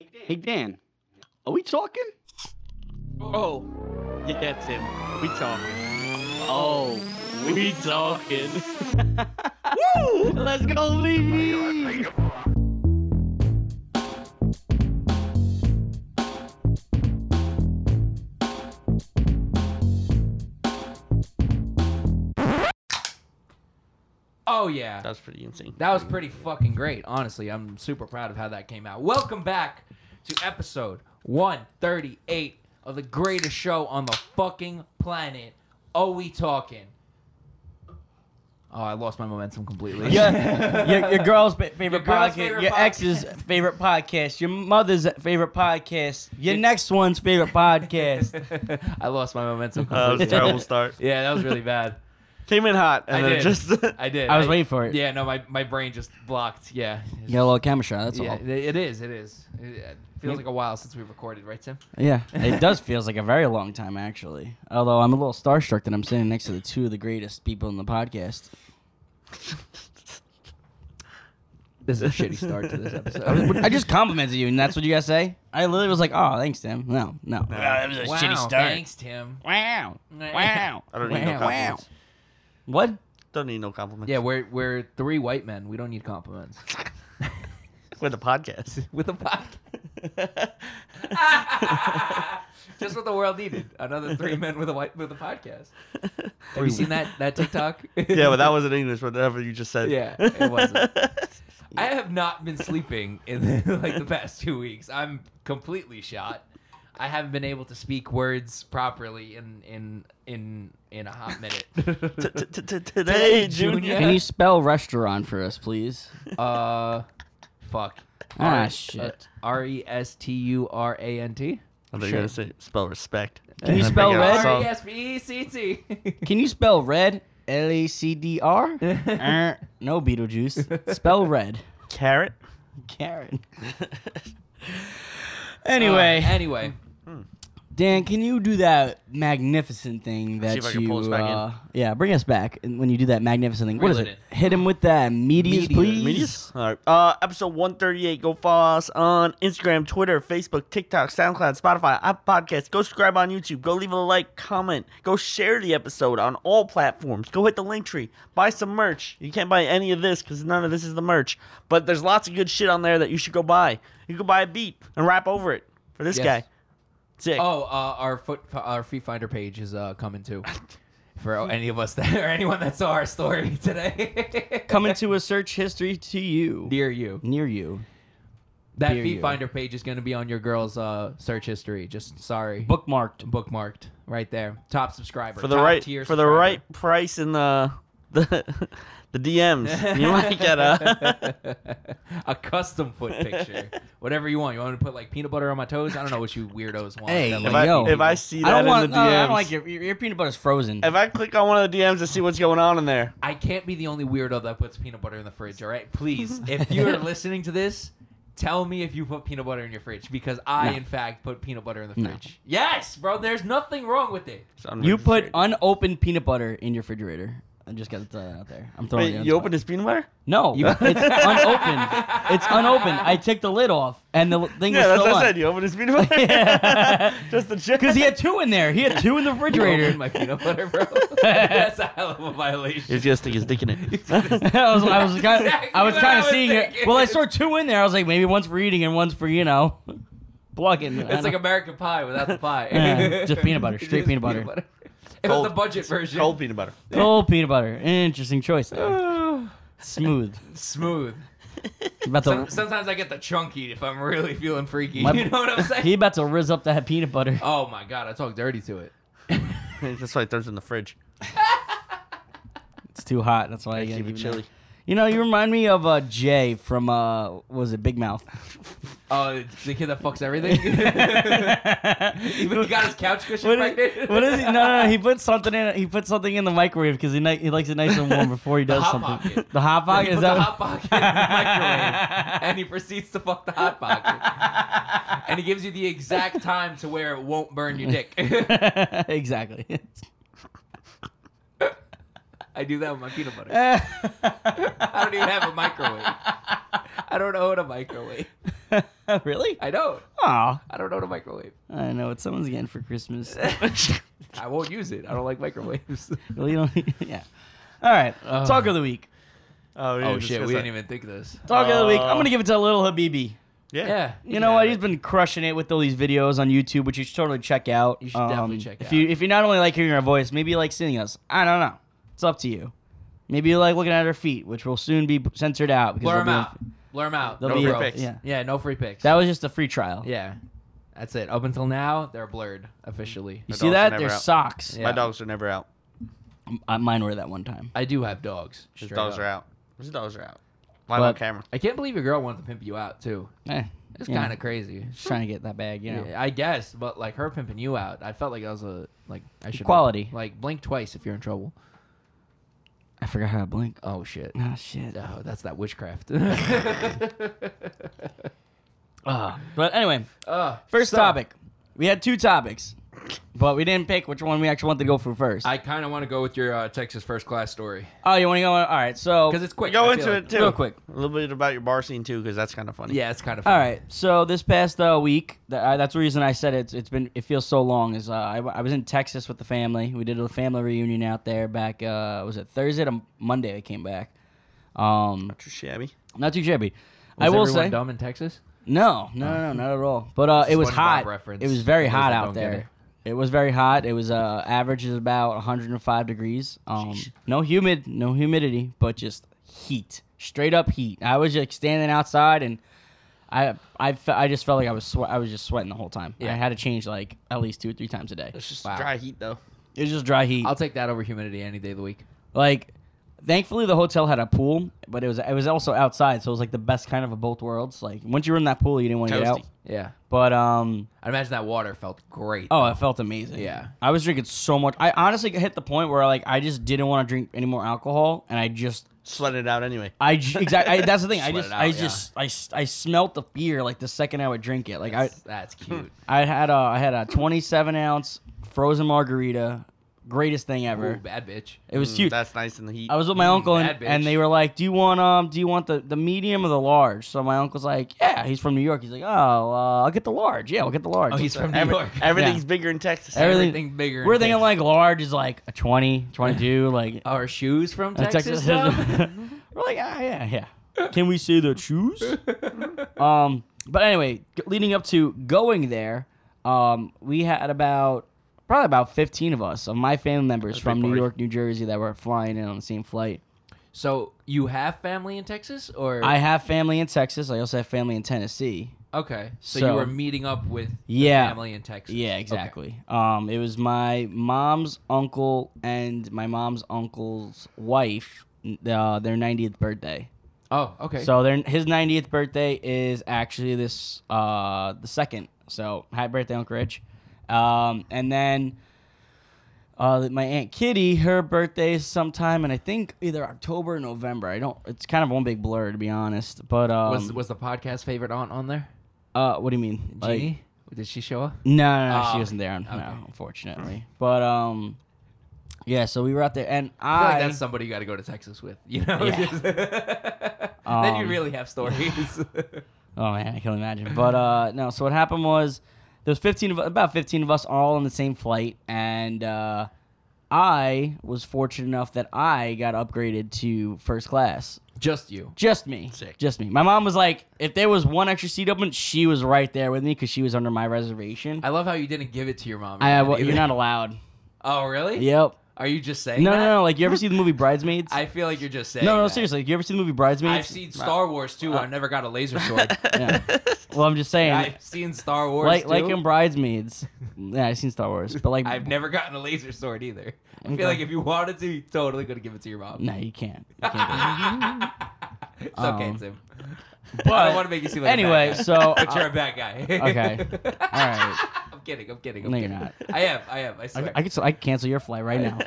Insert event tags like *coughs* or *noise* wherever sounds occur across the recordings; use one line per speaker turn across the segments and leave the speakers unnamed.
Hey Dan, are we talking?
Oh, yeah, that's him. We talking.
Oh,
We talking.
woo! Let's go,
*laughs*
Lee.
Oh yeah.
That was pretty insane.
That was pretty fucking great. Honestly, I'm super proud of how that came out. Welcome back to episode 138 of the greatest show on the fucking planet. Oh, we talking. Oh, I lost my momentum completely. *laughs*
your, your, your girl's ba- favorite
Your girl's
podcast,
favorite
your ex's
podcast.
favorite podcast, your mother's favorite podcast, your next one's favorite
*laughs*
podcast.
I lost my momentum
Uh, that was
completely. *laughs*
a terrible start.
yeah, that was really bad.
Came in hot and
I
then
did.
just.
*laughs* I did.
*laughs* I was waiting for it.
Yeah, no, my, my brain just blocked. Yeah.
You got a little camera shot. That's
yeah,
all.
it it is. It is. It feels like a while since we recorded, right, Tim?
Yeah, it does feels like a very long time actually. Although I'm a little starstruck that I'm sitting next to the two of the greatest people in the podcast.
*laughs* This is a shitty start to this episode.
*laughs* I, was- I just complimented you, and that's what you guys say. I literally was like, "Oh, thanks, Tim." No, no,
*laughs*
that was a
wow,
shitty start.
thanks, Tim.
Wow, wow.
I don't need
Wow,
no
wow.
compliments.
What?
Don't need no compliments.
*laughs* Yeah, we're we're three white men. We don't need compliments
*laughs* with the
*laughs*
podcast.
with a podcast. Just what the world needed. Another three men with a white with
*laughs*
a podcast. Have you seen that that TikTok?
yeah, but that was in English. Whatever you just said.
Yeah, it wasn't. *laughs* I have not been sleeping in *laughs* like the past two weeks. I'm completely shot. I haven't been able to speak words properly in in in in a hot
*laughs* *laughs* T-
minute.
t- t- t- Today,
Junior.
Junior.
Can you spell restaurant for us, please?
uh, fuck.
Ah,
R-
shit.
R e s t u r a n t.
I thought you were gonna say spell respect.
Can you
And I
spell
figured out
red?
some-
R e s p e c *laughs* t.
Can you spell red? L A C
*laughs*
D R? Er, No, Beetlejuice. Spell red.
Carrot.
Karen. *laughs* Anyway,
Uh,
Uh, anyway,
Dan, can you do that magnificent thing that
if I can
you?
pull us back in.
uh, Yeah, bring us back and when you do that magnificent thing. What is it?
Relit
Hit him with that medias,
Medias.
please.
Medias? All right. Uh, episode 138. Go follow us on Instagram, Twitter, Facebook, TikTok, SoundCloud, Spotify, Apple Podcasts. Go subscribe on YouTube. Go leave a like, comment. Go share the episode on all platforms. Go hit the link tree. Buy some merch. You can't buy any of this because none of this is the merch. But there's lots of good shit on there that you should go buy. You could buy a beat and rap over it for this
Yes.
guy. Sick.
oh, uh, our foot our feet finder page is uh, coming *laughs* too. For any of us that *laughs* or anyone that saw our story *laughs* today, *laughs*
Coming
*laughs*
to a search history to you.
near you.
Near you.
That
Dear
feet
you.
finder page is going to be on your girl's uh, search history. Just sorry,
Bookmarked.
bookmarked right there. Top subscriber
for the
top
right
tier
for the
subscriber.
right price in the *laughs* the, the DMs. You might get a.
*laughs* a custom foot
*laughs*
picture, whatever you want. You want me to put like peanut butter on my toes? I don't know what you weirdos want.
Hey,
That,
if
If
like,
I,
Yo.
if I see that
I don't
in
want.
the
No,
DMs,
I don't like your, your, your peanut butter's frozen.
If I click on one of the DMs to see what's going on in there,
I can't be the only weirdo that puts peanut butter in the fridge. All right,
*laughs*
please. If you're listening to this, tell me if you put peanut butter in your fridge because I,
No.
in fact, put peanut butter in the
No.
fridge. Yes, bro. There's nothing wrong with it.
You put unopened peanut butter in your refrigerator. I just got to throw that out there. I'm throwing it
Wait,
on
you
the
open this peanut butter?
No,
You-
it's unopened. It's unopened. I took the lid off, and the thing
Yeah,
was
that's what I
still on.
said. You open this peanut butter? Just to
*laughs*
check.
Because
*laughs*
he had two in there. He had
*laughs*
two in the
Refrigerator
refrigerator.
my peanut butter, bro. That's a hell of a violation.
just thinking his dick in it.
*laughs*
*laughs*
I was, I
*laughs*
was kind of,
Exactly
I was
what I
kind of
was
seeing it.
thinking.
Well, I saw two in there. I was like, maybe one's for eating and one's for you know, plugging. I
It's like
don't-
American pie without the pie. *laughs*
Yeah, just peanut butter, straight peanut butter.
It was
Cold-
the budget version.
Cold peanut butter.
*laughs*
cold peanut butter. Interesting choice there. Smooth.
Smooth.
About
Some,
to,
sometimes I get the chunky if I'm really feeling freaky. *laughs*
My-
you know
*laughs*
what I'm saying?
he about to rizz up that peanut butter.
oh my god, I talk dirty to it.
*laughs* that's why it turns in the fridge.
It's too hot. That's why I
Keep
get
it chilly.
You know, you remind me of uh, Jay from uh, what was it Big
*laughs*
Mouth?
Oh, the kid that fucks everything.
*laughs*
*laughs* Even he got his couch cushion
What is,
pregnant.
what is he? No,
*laughs*
no, no, he put something in. He put something in the microwave because he ni- he likes it nice and warm before he does
Hot
something.
Pocket.
The hot
He
pocket
puts
is
the
that?
hot pocket in the
*laughs*
microwave, and he proceeds to fuck the hot pocket. and he gives you the exact time to where it won't burn your dick. *laughs*
*laughs* exactly.
I do that with my peanut butter. I don't even have a microwave. I don't own a microwave.
really?
I don't.
Aw.
I don't know the microwave.
*laughs* I know what someone's getting for
*laughs*
Christmas.
I won't use it. I don't like
*laughs*
microwaves.
Well, you don't, yeah. All right. Talk of the week.
Oh,
oh shit, we didn't even think of this.
Talk of the week. I'm
Uh,
gonna give it to Little Habibi.
Yeah.
Yeah.
You know
Yeah,
what?
but-
He's been crushing it with all these videos on YouTube, which you should totally check out. Um,
You should definitely check
if
out.
you if you not only like hearing our voice, maybe you like seeing us. I don't know. It's up to you. Maybe you like looking at our feet, which will soon be censored out. Because
Blur
they'll
them
be-
out. Blur them out.
they'll
No
be-
free
free picks.
Yeah,
Yeah, no free picks.
that was just a free trial.
yeah. That's it. Up until now, they're blurred officially.
You
My
see
dogs are
that?
never
They're
out.
socks.
Yeah.
My dogs are never out.
M- uh, Mine were that one time.
I do have dogs.
His
straight
dogs
up.
are out. His dogs are out. Live on
But-
camera.
I can't believe your girl wanted to pimp you out too.
Eh,
It's
you know,
kind of crazy.
*laughs* just trying to get that bag. You know.
Yeah, I guess, but like her pimping you out, I felt like that was a like I should
Equality.
Like blink twice if you're in trouble.
I forgot how to blink.
Oh shit.
Oh shit.
Oh, that's that
*laughs*
witchcraft. *laughs* uh,
Ugh. But anyway, first topic. We had two topics, but we didn't pick which one we actually wanted to go for first.
I kind of want to go with your uh, Texas first class story
oh, you want to go? on- All right. So
because it's quick.
Go
I feel
into
like-
it too.
real quick.
A little bit about your bar scene too, because that's kind of funny.
Yeah, it's kind of.
All right. So this past uh, week, th- I, that's the reason I said it's it's been it feels so long. Is uh, I, w- I was in Texas with the family. We did a family reunion out there back. Uh, was it Thursday to Monday? I came back. Um,
Not too shabby.
not too shabby.
Was
I will
everyone
say
dumb in Texas.
no, no, no, no, not at all. But uh, it was
SpongeBob
hot.
reference,
It was very
for those
hot
that
out
don't get
there. It. was very hot. It was uh, average is about 105 degrees. Um, no humid, no humidity, but just heat, straight up heat. I was like standing outside and I I, fe- I just felt like I was swe- I was just sweating the whole time.
Yeah.
I had to change like at least two or three times a day.
It's just
Wow.
dry heat though.
It was just dry heat.
I'll take that over humidity any day of the week.
Like, thankfully the hotel had a pool, but it was it was also outside, so it was like the best kind of of both worlds. Like once you were in that pool, you didn't want to get out.
Toasty.
Yeah,
But um,
I imagine that water felt great.
Oh, it felt amazing.
Yeah.
I was drinking so much. I honestly hit the point where like I just didn't want to drink any more alcohol, and I just,
Sweat it out anyway.
*laughs*
I exactly. that's the thing. I
Sweat
just,
it out,
I
yeah.
just, I, s- I smelt the beer like the second I would drink it. Like I, Hmm.
that's, that's cute.
I had a, I had a 27 ounce frozen margarita, greatest thing
Ooh,
ever.
bad bitch.
it was
Mm,
huge.
That's nice in the heat.
I was with my uncle and,
bad bitch.
and they were like, "Do you want um, do you want the, the medium or the large?" So my uncle's like, "Yeah." He's from New York. He's like, "Oh, uh, I'll get the large. Yeah, I'll get the large."
Oh, he's
So
from New
every-
York.
Everything's bigger in Texas.
Every-
*laughs*
Everything-
Everything bigger. in
We're thinking
Texas.
like large is like a 20, 22, like
Our shoes from
Uh,
Texas. though?
*laughs* We're like, ah, yeah, yeah. Can we say the shoes? *laughs* um, but anyway, g- leading up to going there, um, we had about probably about fifteen of us of my family members from
big
New
party.
York, New Jersey that were flying in on the same flight.
*laughs* so you have family in Texas, or
I have family in Texas. I also have family in Tennessee.
okay? So,
So-
you were meeting up with the
Yeah.
family in Texas.
Yeah,
Okay.
exactly. Um, it was my mom's uncle and my mom's uncle's wife. n- Uh, their 90th birthday.
Oh, okay.
So their his 90th birthday is actually this uh the second. So happy birthday, Uncle Rich. Um, and then uh, my aunt Kitty, her birthday is sometime, and I think either October or November. I don't. It's kind of one big blur to be honest. But um,
was was the podcast favorite aunt on there?
uh, what do you mean? Like-
Jeannie? Did she show up?
no, no, no
Oh,
she wasn't there. No,
okay.
unfortunately. But um, yeah. So we were out there, and
I feel
I.
like that's somebody you got to go to Texas with. You know.
Yeah.
Just- *laughs* then you
Um,
really have stories.
*laughs* Oh man, I can imagine. But
*clears throat*
uh, no, so what happened was there was fifteen of about fifteen of us all on the same flight, and uh, I was fortunate enough that I got upgraded to first class.
Just you.
Just me,
Sick.
just me. My mom was like, if there was one extra seat open, she was right there with me because she was under my reservation.
I love how you didn't give it to your mom. or
I,
dad
well,
either. *laughs*
you're not allowed.
Oh, really?
Yep.
Are you just saying
No, no,
that?
no. Like you ever see the movie
*laughs*
Bridesmaids?
I feel like you're just saying.
no, no,
that.
seriously. Like, you ever see the movie Bridesmaids?
I've seen Star Wars too. I never got a
*laughs*
laser sword.
Yeah. Well, I'm just saying.
I've seen Star Wars
like,
too.
like in Bridesmaids. *laughs* Yeah, I've seen Star Wars, but like
I've never gotten a laser sword either. I
Okay.
feel like if you wanted to, you totally could give it to your mom. *laughs*
No, you can't. You can't do that.
it's okay,
Um,
Tim.
but
I don't want to make you seem like a
anyway,
bad guy. *laughs*
so,
but
uh,
you're a bad guy.
okay. all
*laughs*
right.
I'm kidding. I'm kidding. I'm
No, you're
kidding.
not.
I am. I am. I swear.
I, I could. I could cancel your flight
*laughs*
right now.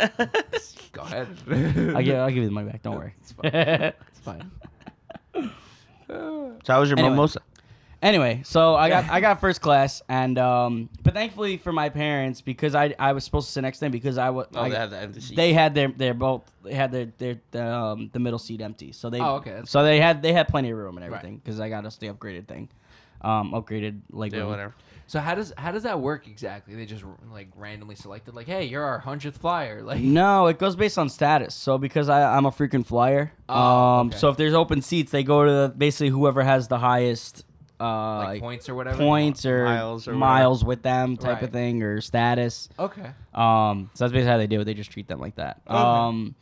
Go ahead.
I'll give. I'll give you the money back. Don't
It's
worry.
It's fine.
so how was your
Anyway.
mimosa?
*laughs* anyway, so
*laughs*
I got. I got first class, and um, but thankfully for my parents because I I was supposed to sit next to them because I was.
Oh,
I,
they have the empty seat.
they had their their both they had their their the, um the middle seat empty so they
Oh, okay, that's
so they had they had plenty of room and
Right.
everything because I got us the upgraded thing, um, upgraded like
Yeah, whatever.
So how does how does that work exactly? They just like randomly selected like, hey, you're our hundredth flyer. Like,
No, it goes based on status. So because I, I'm a frequent flyer,
Oh,
um,
okay.
so if there's open seats, they go to the, basically whoever has the highest uh,
like
like
points or whatever.
points or
Miles
miles,
or whatever.
with them type
Right.
of thing or status.
Okay.
Um, so that's basically how they do it. They just treat them like that. Um,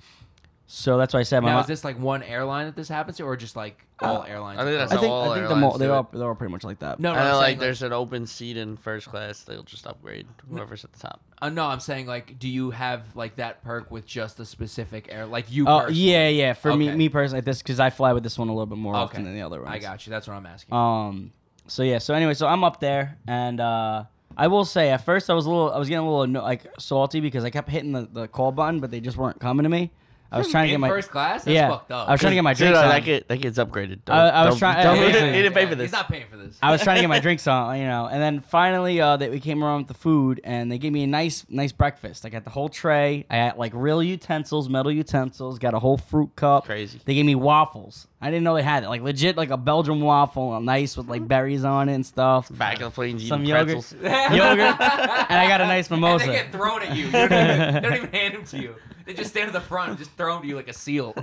so that's why I said my.
Now
mo-
is this like one airline that this happens to, or just like all airlines?
I think
I
that's
think,
all
I think the
airlines
mo-
do
they're
it.
all they're all pretty much like that.
no,
and
no. I'm
then, like,
saying, like,
there's an open seat in first class. They'll just upgrade whoever's at the top.
uh, no, I'm saying like, do you have like that perk with just a specific air? Like you?
Oh
personally?
yeah, yeah. For me,
Okay.
me personally, this because I fly with this one a little bit more
Okay.
often than the other ones.
I got you. That's what I'm asking.
Um. So yeah. So anyway, so I'm up there, and uh, I will say, at first I was a little, I was getting a little anno- like salty because I kept hitting the, the call button, but they just weren't coming to me. I was trying to
In
get my
first class. That's
yeah.
fucked up.
I was trying to get my
*laughs*
drinks
Dude,
on.
that kid, that kid's upgraded. Don't-
I- I was
don't-
trying-
don't-
Yeah,
he
yeah,
didn't- he didn't pay for
He's
this.
not paying for this.
I was trying to get my drinks on, you know, and then finally, uh, that we came around with the food, and they gave me a nice, nice breakfast. I got the whole tray. I had like real utensils, metal utensils. Got a whole fruit cup.
Crazy.
They gave me waffles. I didn't know they had it. Like legit, like a Belgian waffle, nice with like berries on it and stuff.
Back of the planes eating
Some yogurt,
pretzels.
yogurt,
*laughs*
and I got a nice
And
mimosa.
they get thrown at you. you don't even, they don't even hand them to you. They just stand at the front, just throw them to you like a
*laughs*
seal.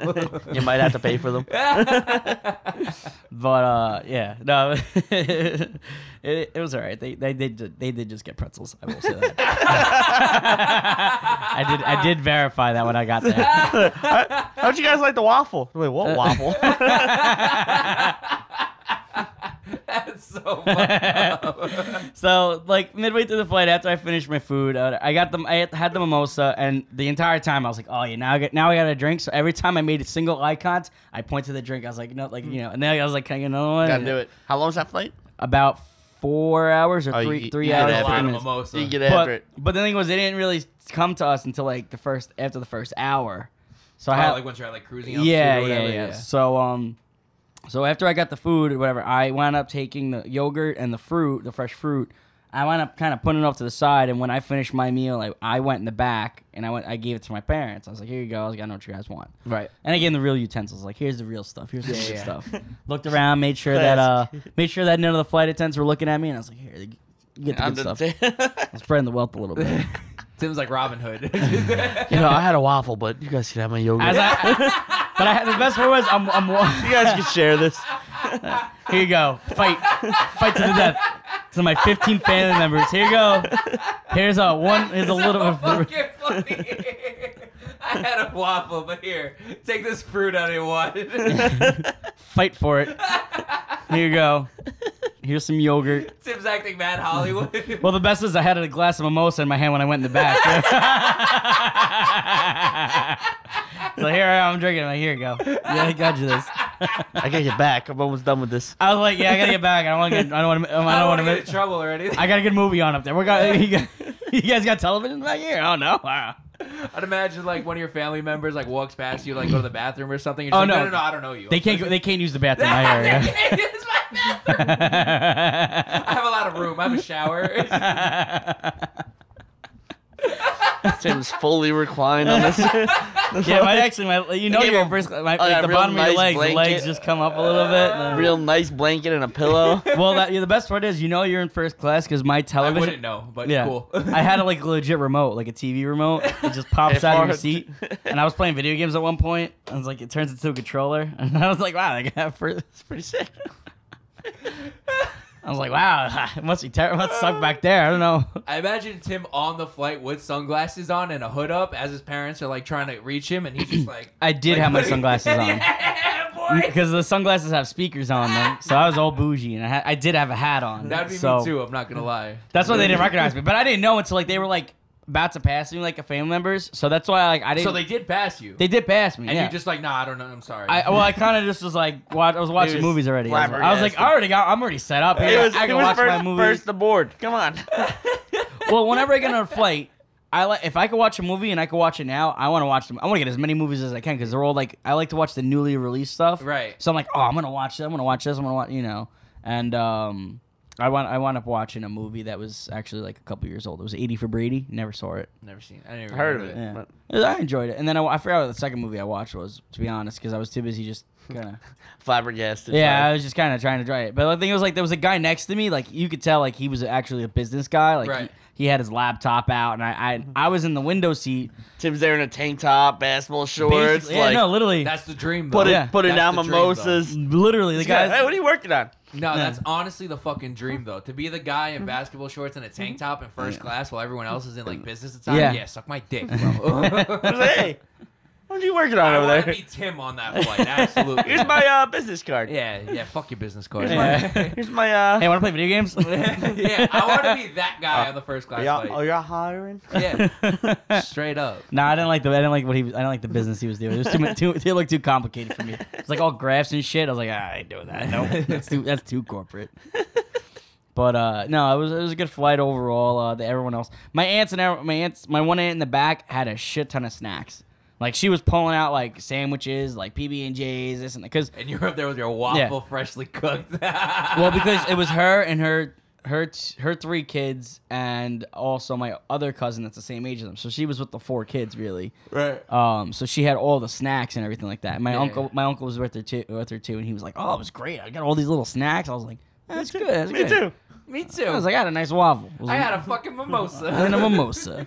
*laughs*
You might have to pay for them.
But uh, yeah, no, *laughs* it, it was all right. They they did ju- they did just get pretzels. I will say that. I did I did verify that when I got there.
How'd you guys like the waffle? Wait,
Uh,
what
*laughs*
waffle?
That's so fucked
*laughs*
up.
so like midway through the flight, after I finished my food, uh, I got them. I had the mimosa, and the entire time I was like, oh yeah, now I got now I got a drink. So every time I made a single eye contact, I point to the drink. I was like, no, like you know, and then I was like, can I get another one?
Gotta do it. How long's that flight?
About four hours or
Oh,
three
you-
three
you did
hours.
have
a
it.
15
lot of
minutes.
mimosa.
You get
but,
after it.
But the thing was, they didn't really come to us until like the first after the first hour. So I
Oh,
had
like once you're at, like cruising. altitude
yeah,
or
yeah,
whatever,
yeah, So um, so after I got the food or whatever, I wound up taking the yogurt and the fruit, the fresh fruit. I wound up kind of putting it off to the side, and when I finished my meal, I, I went in the back and I went, I gave it to my parents. I was like, "Here you go. I, was like, I know what you guys want."
Right.
And I gave them the real utensils. Like, here's the real stuff. Here's the
Yeah,
good
yeah. *laughs*
stuff. Looked around, made sure that uh, made sure that none of the flight attendants were looking at me, and I was like, "Here, you get the
I'm
good
*laughs*
stuff."
the-
I'm spreading the wealth a little bit.
Tim's like Robin Hood. *laughs*
you know, I had a waffle, but you guys can have my yogurt.
*laughs* As I, *laughs* but I, the best part was I'm, I'm wa-
you guys
*laughs*
can share *laughs* this.
here. You go, fight, fight to the death. To my 15 family members, here you go. Here's a one. Here's a little
so
bit. Of,
fucking funny. *laughs* I had a waffle, but here, take this fruit out of one.
fight for it. Here you go. Here's some yogurt.
*laughs* Tim's acting mad Hollywood.
Well, the best is I had a glass of mimosa in my hand when I went in the back. *laughs* so here I am drinking. I'm like, here you go. Yeah, I got you this.
I gotta get back. I'm almost done with this.
I was like, yeah, I gotta get back. I don't want to. I don't want to. I
*laughs* I
don't
don't
want
want
to.
to get in trouble or anything.
I got a good movie on up there.
*laughs*
We got you, got- you guys got television back here? Oh no! Wow.
I'd imagine like one of your family members like walks past you, like go to the bathroom or something. And
Oh,
oh like, no.
no.
no, no, I don't know you.
They can't
*laughs*
go, they can't use the bathroom in my area.
It's my bathroom.
*laughs*
I have a lot of room. I have a shower.
Tim's fully reclined on
*laughs*
this.
yeah, my actually my you know
They gave
your
me-
first my,
oh,
like,
yeah,
the
real
bottom of your
nice
legs the legs
blanket.
just come up a little bit. and then-
Real nice blanket and a pillow.
*laughs* well, that, yeah, the best part is you know you're in first class because my
I
television.
wouldn't know, but
Yeah,
cool. *laughs*
I had a like legit remote, like a TV remote. It just pops
It
out of your
farted.
seat, and I was playing video games at one point. I was like, it turns into a controller, *laughs* and I was like, wow, I got first.
It's pretty sick.
I was like, wow, *laughs* it must be terrible. Must suck back there. I don't know.
I imagine Tim on the flight with sunglasses on and a hood up as his parents are like trying to reach him, and he's just like,
I did
like, *laughs*
have my
putting-
sunglasses on.
yeah, *laughs*
*laughs*
boy.
because the sunglasses have speakers on them. So I was all bougie, and I, had, I did have a hat on.
That'd be
so
me too. I'm not gonna lie.
That's why they didn't recognize me. But I didn't know until like they were like about to pass me, like a family members. So that's why like I didn't.
So they did pass you,
they did pass me.
and
yeah.
you're just like, nah, I don't know. I'm sorry.
I, well, I kind of just was like, watch, I was watching
was
movies already. I was, I was like,
flabbergasted.
I already got, I'm already set up. Here. I can watch my movies.
aboard. Come
*laughs*
on.
Well, whenever I get on a flight, I like if I could watch a movie and I could watch it now, I want to watch them. I want to get as many movies as I can because they're all like I like to watch the newly released stuff.
Right.
So I'm like, oh, I'm gonna watch this. I'm gonna watch this. I'm gonna watch you know. And um, I want I wound up watching a movie that was actually like a couple years old. It was 80 for Brady. Never saw it.
*laughs* Never seen. It. I never
Heard of
remember
it.
Yeah.
But-
It was- I enjoyed it. And then I, I forgot what the second movie I watched was, to be honest, because I was too busy just kind of.
flabbergasted.
yeah, I
by-
was just kind of trying to try it. But I think it was like there was a guy next to me. Like you could tell, like he was actually a business guy. Like
Right.
he, he had his laptop out, and I I, I was in the window seat.
Tim's there in a tank top, basketball shorts.
Basically- yeah,
like,
no, literally,
That's the dream. Though.
put it,
Yeah.
put it
That's
down
the dream, though.
mimosas.
literally the
This guy,
guy.
hey, what are you working on?
No, that's honestly the fucking dream though. To be the guy
Mm-hmm.
in basketball shorts and a tank top in first class while everyone else is in like
*laughs*
business attire.
Yeah.
Yeah, suck my
*laughs*
dick, bro. *laughs*
I was like, hey, what are you working on
I
over
want
there?
to be Tim on that flight. Absolutely.
Here's my uh, business card.
Yeah, yeah. Fuck your business card.
Yeah.
Here's my uh.
Hey, want to play video games?
*laughs* yeah, I want to be that guy on the first class
are y'all, are
flight.
y'all hiring?
Uh, oh, Yeah,
*laughs*
straight up.
No, I didn't like the I didn't like what he was, I didn't like the business he was doing. It was too much too it looked too complicated for me. It's like all graphs and shit. I was like, ah, I ain't doing that. No, that's too that's too corporate. But uh, no, it was it was a good flight overall. Uh, to everyone else, my aunts and ev- my aunts, my one aunt in the back had a shit ton of snacks. Like she was pulling out like sandwiches, like PB and J's, this and that. Cause
And you're up there with your waffle freshly cooked.
well,
well,
because it was her and her her t- her three kids, and also my other cousin that's the same age as them. So she was with the four kids really.
right.
Um, so she had all the snacks and everything like that. My
Yeah.
uncle, my uncle was with her too, with her too, and he was like, "Oh, it was great. I got all these little snacks." I was like, "That's good. That's
Me
good."
too.
*laughs* Me too.
I was like, "I had a nice waffle." It was
I had a fucking mimosa.
*laughs* and a mimosa."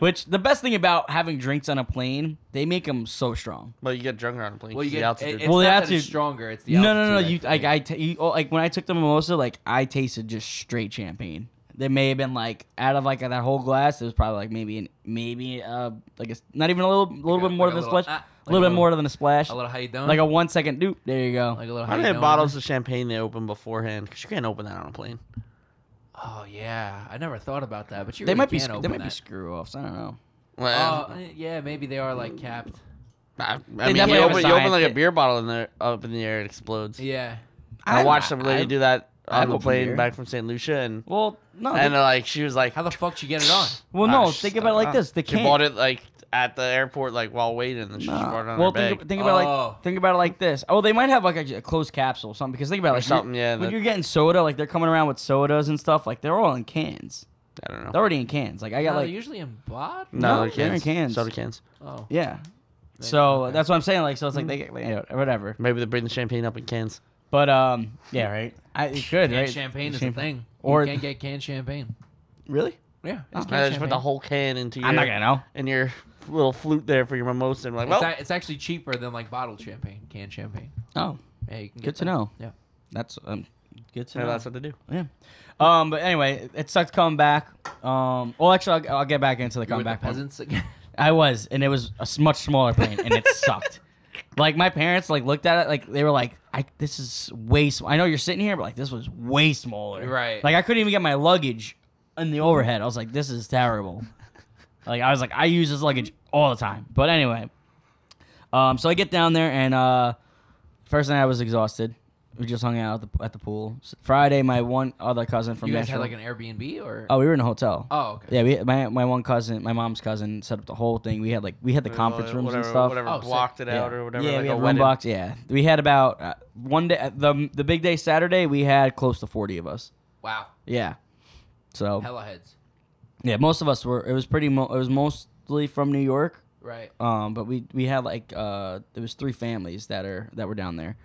Which the best thing about having drinks on a plane, they make them so strong.
Well, you get drunk on a plane.
*laughs* Well, you
the
get
altitude.
It, it's not
Well, the
that
altitude-
it's stronger. It's the
No, no, no.
altitude,
You
I
like
think.
I ta- you, oh, like when I took the mimosa, like I tasted just straight champagne. There may have been like out of like that whole glass, it was probably like maybe an maybe uh like a, s- not even a little little
Like a-
bit more
like a
than a
little,
splash,
ah,
a little
like a
bit more than a splash,
a little how you doing?
like a one second doop. There you go.
like a little how
I
you
had
doing?
bottles of champagne they open beforehand because you can't open that on a plane.
Oh yeah, I never thought about that. But you
they
really
might be
can
sc-
open
they might
that.
be screw offs. I don't know.
Well,
Uh, yeah, maybe they are like capped.
I, I
They
mean, you
definitely have a
open, you open
science
like a
that-
beer bottle in there, up in the air, it explodes.
Yeah.
I,
I-
watched some lady
I-
do that
I've
on the
opened
plane
beer.
back from St. Lucia, and
Well, no.
and
they-
uh, like she was like,
How the fuck did you get it on?
well, no.
"Ah,
think
sh-
about it like
ah."
this. They
She
can't.
bought it like at the airport, like while waiting, and she just
Nah.
brought it on
well,
her bag.
think, think about it
Oh.
like think about it like this. Oh, they might have like a, a closed capsule or something. Because think about it,
Or
like you-
something, yeah,
When
that-
you're getting soda, like they're coming around with sodas and stuff. Like they're all in cans.
I don't know.
They're already in cans. Like I
Yeah,
got
no,
like Mm.
they're usually in bot.
no,
No,
they're
they're in
cans.
cans.
Soda cans.
Oh.
yeah. So
okay.
that's what I'm saying. Like so, it's like they get like,
Mm-hmm.
you know, whatever.
Maybe they bring the champagne up in cans.
But um, yeah, right. I it could
Canned
right.
champagne is a
Champa-
thing.
Or- Oh,
Or you can get canned champagne.
Really?
Yeah.
Now they
It's canned
just
champagne.
put the whole can into your
I'm not gonna know.
in your *laughs* little flute there for your mimosa, and like,
it's,
well,
a- it's actually cheaper than like bottled champagne, canned champagne.
Oh,
Yeah, you can get
good to
that.
know.
Yeah.
That's um, good to
yeah,
know.
that's what they do.
Yeah. Um, but anyway, it sucked coming back. Um, well, actually, I'll, I'll get back into the
You were the
comeback. one.
peasants again.
I was, and it was a s- much smaller plane, and it
*laughs*
sucked. Like my parents, like looked at it, like they were like, "I this is way. Sm- I know you're sitting here, but like this was way smaller.
Right.
Like I couldn't even get my luggage in the overhead. I was like, this
*laughs*
is terrible. like I was like, I use this luggage all the time. But anyway, um, so I get down there, and uh, first night I was exhausted. We just hung out at the, at the pool. S- Friday, my one other cousin *laughs* from
you guys had
Nashville-
like an Airbnb or?
oh, we were in a hotel.
Oh, okay.
Yeah, we, my my one cousin, my mom's cousin, set up the whole thing. We had like we had the conference
Or
rooms
Uh, whatever,
and stuff.
Whatever
Oh, sick.
blocked it
Yeah.
out or whatever.
Yeah,
like
we
a
had one
wedding.
box. Yeah, we had about uh, one day the the big day Saturday. We had close to forty of us.
Wow.
Yeah, so
Hella heads.
yeah, most of us were. It was pretty. Mo- it was mostly from New York.
Right.
Um, but we we had like uh, there was three families that are that were down there,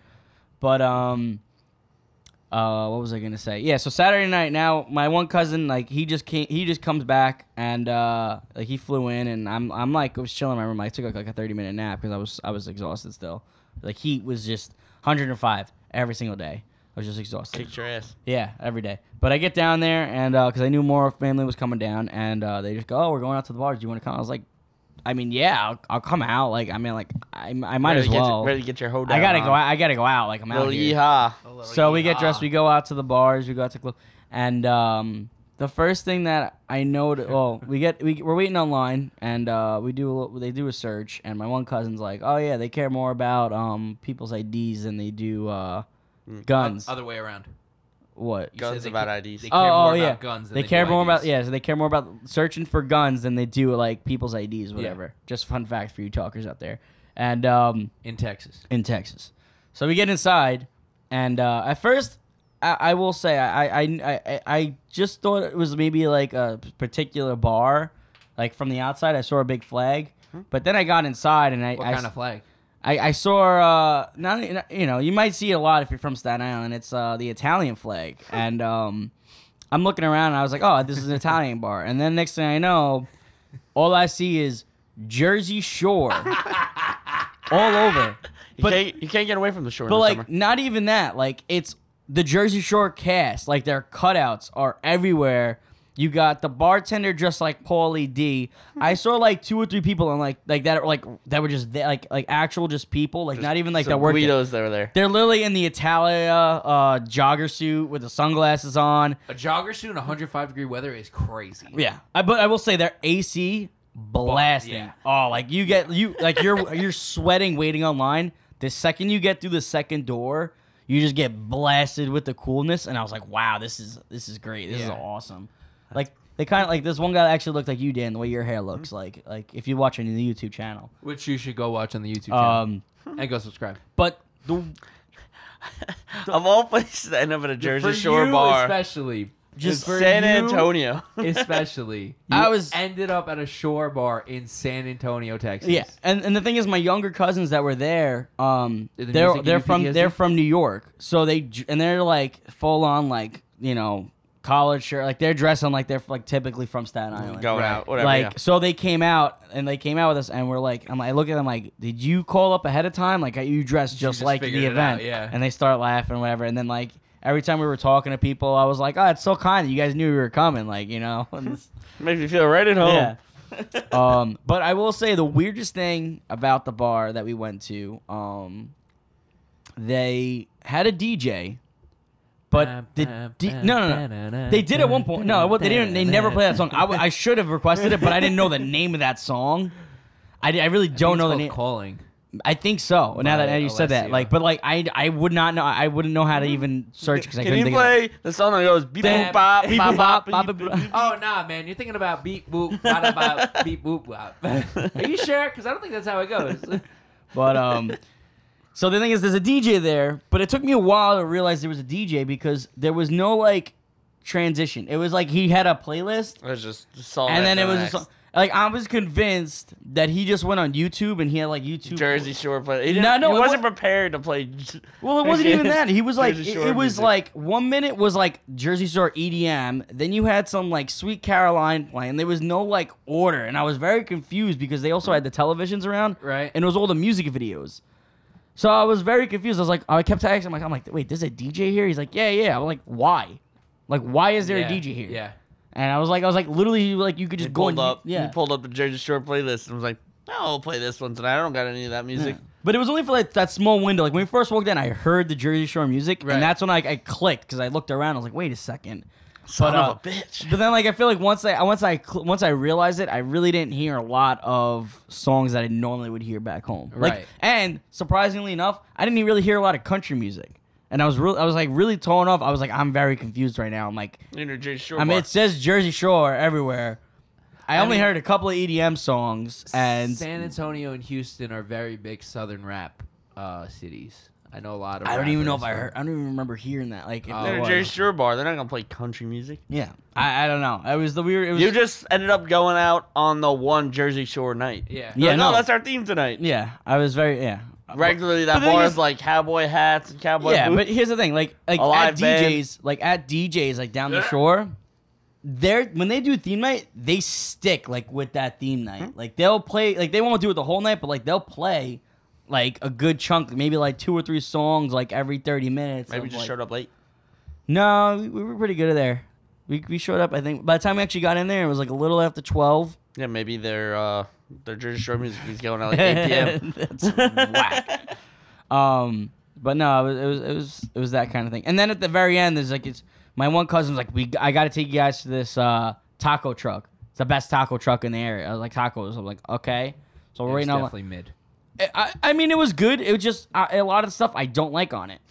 but um, uh, what was I gonna say? Yeah, so Saturday night. Now my one cousin like he just came, he just comes back and uh, like he flew in and I'm I'm like I was chilling in my room. I took like, like a thirty minute nap because I was I was exhausted still. Like he was just 105 every single day. I was just exhausted.
Kicked your ass.
Yeah, every day. But I get down there, and because I knew more family was coming down, and uh, they just go, "Oh, we're going out to the bars. Do you want to come?" I was like, "I mean, yeah, I'll, I'll come out. Like, I mean, like, I, I might
ready
as
to get your-
well.
ready to get your hoe down.
I gotta
on.
go. out I gotta go out. Like, I'm out
Little
here."
yeehaw.
So we get dressed. We go out to the bars. We go out to club, and um, the first thing that I
*laughs*
know, well, we get we we're waiting online, and uh, we do a little- they do a search, and my one cousin's like, "Oh yeah, they care more about um people's IDs than they do uh,
Hmm.
guns.
Ah, Other way around.
what?
You said
Guns
they
about
ca-
IDs.
They care
Oh,
more
oh,
about
yeah.
guns. Than
they,
do
care more about
IDs.
yeah. So they care more about searching for guns than they do like people's IDs, whatever. Just fun fact for you talkers out there. And um,
in Texas.
in Texas, so we get inside, and uh, at first I, I will say I, I I I just thought it was maybe like a particular bar, like from the outside I saw a big flag, but then I got inside and I
Hmm. What
I,
kind of flag?
I, I saw uh not you know you might see it a lot if you're from Staten Island it's uh the Italian flag and um I'm looking around and I was like oh this is an Italian bar and then next thing I know all I see is Jersey Shore all over
You,
but-
can't, you can't get away from the shore. in
but
the
like
summer.
not even that like it's the Jersey Shore cast like their cutouts are everywhere you got the bartender dressed like Paulie D. I saw like two or three people and like like that like that were just there, like like actual just people like not even like
Some
that worked. there.
Guidos that were there.
They're literally in the Italia uh, jogger suit with the sunglasses on.
A jogger suit in 105 degree weather is crazy.
Yeah, I, but I will say their AC blasting.
yeah.
Oh, like you get you
*laughs*
like you're you're sweating waiting online. The second you get through the second door, you just get blasted with the coolness. And I was like, wow, this is this is great. This is
Yeah.
awesome. Like they kind of like this one guy actually looked like you, Dan. The way your hair looks
Mm-hmm.
like like if you watch it in the YouTube channel.
Which you should go watch on the YouTube channel
Um,
and go subscribe.
but the
of all places to end up at a Jersey
For
Shore
you
bar,
Especially.
Just
for
San
you *laughs*
Antonio.
Especially. You
I was-
ended up at a shore bar in San Antonio, Texas.
Yeah, and, and the thing is, my younger cousins that were there, um,
Did the
they're
music give
they're
you
from
PTSD?
they're from New York, so they j- and they're like full on like you know college shirt, like they're dressing like they're like typically from Staten Island.
*laughs* Going
Right.
out, whatever.
like
yeah.
so, they came out and they came out with us, and we're like, I'm, I look at them like, did you call up ahead of time? Like you dressed just,
just
like the
figured it
event,
out, yeah.
And they start laughing, whatever, and then like. Every time we were talking to people, I was like, "Oh, it's so kind that you guys knew we were coming." Like, you know, *laughs*
Makes me feel right at home.
yeah. um, but I will say the weirdest thing about the bar that we went to, um, they had a DJ, but the D- no, no, no. They did at one point. No, what they didn't. They never played that song. I, w- I should have requested it, but I didn't know the name of that song. I, di- I really don't know the name.
Calling.
I think so. Now that
by
you said that,
Alessio.
like, but like, I I would not know. I wouldn't know how to even search because I
Mm-hmm. Can
couldn't
you
think. of it.
play the song that goes beep
Bam.
boop bop
*laughs* Beep,
bop
boop, bop,
bop
bop,
beep,
boop,
boop, beep.
Oh nah, man! You're thinking about beep boop, bada
*laughs*
bop, beep boop bop. Are you sure? Because I don't think that's how it goes.
But um, so the thing is, there's a DJ there, but it took me a while to realize there was a DJ because there was no like transition. It was like he had a playlist,
It was just the song.
and
that
then it was
next.
just, like I was convinced that he just went on YouTube and he had like YouTube
Jersey Shore play. He,
No,
no,
no,
no,
it
he wasn't
wa-
prepared to play.
Well, it
*laughs*
wasn't even that. He was like,
Jersey
it,
Shore
it was
music.
like one minute was like Jersey Shore EDM, then you had some like Sweet Caroline playing. There was no like order, and I was very confused because they also had the televisions around,
Right.
And it was all the music videos. So I was very confused. I was like, I kept asking, I'm like, I'm like, wait, there's a DJ here? He's like, yeah, yeah. I'm like, why? Like, why is there
Yeah,
a DJ here?
Yeah.
And I was like, I was like, literally, like you could just
He
go and
pulled up.
yeah.
He pulled up the Jersey Shore playlist and was like, "No, I'll play this one tonight. I don't got any of that music."
But it was only for like that small window. Like when we first walked in, I heard the Jersey Shore music,
Right.
and that's when I, I clicked because I looked around. I was like, wait a second.
Son
But, uh,
of a bitch.
But then, like, I feel like once I once I cl- once I realized it, I really didn't hear a lot of songs that I normally would hear back home. Like,
Right.
and surprisingly enough, I didn't really hear a lot of country music. And I was real, I was like really torn off. I was like, I'm very confused right now. I'm like,
You know, Jersey Shore.
I mean,
bar.
it says Jersey Shore everywhere. I, only heard a couple of EDM songs, and
San Antonio and Houston are very big Southern rap uh, cities. I know a lot of.
I don't even know if I
rappers.
heard. I don't even remember hearing that. Like, if
Oh,
there
They're a
was.
Jersey Shore bar. They're not gonna play country music.
yeah, I, I don't know. It was the weird. It was
You just ended up going out on the one Jersey Shore night.
Yeah.
You're
Yeah,
like, no,
no.
that's our theme tonight.
yeah. I was very yeah.
Regularly,
But
that
the thing
bar
is-
is like cowboy hats and cowboy
yeah,
boots.
*laughs* but here's the thing, like like
A live
at
band.
DJs, like at DJs, like down the shore, they're when they do theme night, they stick like with that theme night.
Hmm.
Like they'll play, like they won't do it the whole night, but like they'll play like a good chunk, maybe like two or three songs, like every thirty minutes.
Maybe
of,
just
like-
showed up late.
No, we, we were pretty good at there. We we showed up. I think by the time we actually got in there, it was like a little after twelve.
Yeah, maybe their uh their Jersey Shore music is going
*laughs*
at like 8 p.m.
That's whack. Um, but no, it was, it was it was it was that kind of thing. And then at the very end, there's like it's my one cousin's like we I got to take you guys to this uh, taco truck. It's the best taco truck in the area. I was like tacos. I'm like okay. So we're
It's
waiting on.
definitely mid.
I, I- I mean, it was good. It was just uh, a lot of stuff I don't like on it.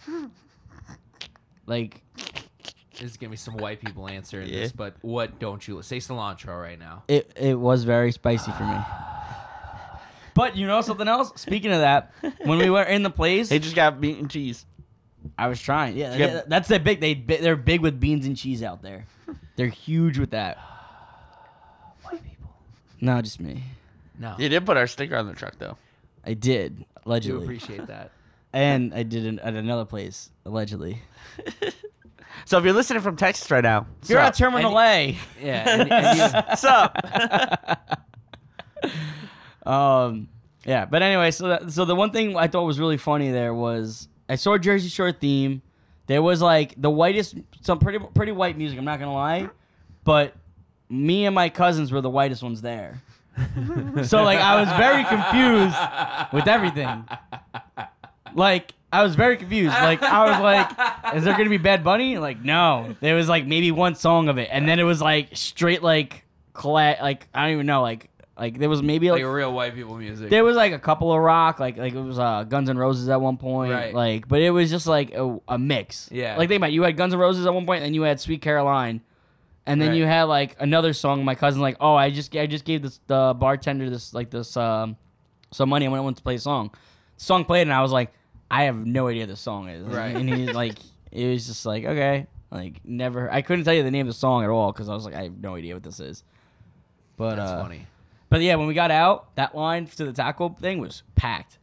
Like
This is gonna be some white people answering
Yeah.
this, but what don't you say cilantro right now?
it it was very spicy for me. But you know something else? Speaking of that, when we were in the place, *laughs*
They just got meat and cheese.
I was trying. Yeah,
Yep.
yeah, that's their big. They bi- they're big with beans and cheese out there. They're huge with that.
White people.
No, just me.
No.
You did put our sticker on the truck though.
I did
I do
allegedly,
appreciate that.
and I did it at another place allegedly.
So if you're listening from Texas right now,
You're
sup?
at Terminal A.
Yeah. And, and you-
Sup?
*laughs* Um, yeah, but anyway, so that, so the one thing I thought was really funny there was I saw Jersey Shore theme. There was like the whitest, some pretty pretty white music. I'm not gonna lie, but me and my cousins were the whitest ones there. so like I was very confused with everything. Like I was very confused. Like I was like, is there gonna be Bad Bunny? Like no, there was like maybe one song of it, and then it was like straight like cla- like I don't even know like like there was maybe
*laughs* like real white people music.
there was like a couple of rock, like like it was uh, Guns N' Roses at one point,
Right.
like but it was just like a, a mix.
Yeah.
like think about it, you had Guns N' Roses at one point, and you had Sweet Caroline, and then
Right.
you had like another song. My cousin like, oh, I just I just gave this the bartender this like this um some money and went went to play a song. song played, and I was like, I have no idea what this song is.
Right.
and
*laughs*
he's like, it was just like okay, like never. I couldn't tell you the name of the song at all because I was like, I have no idea what this is. But
That's
uh,
funny.
but yeah, when we got out, that line to the taco thing was packed.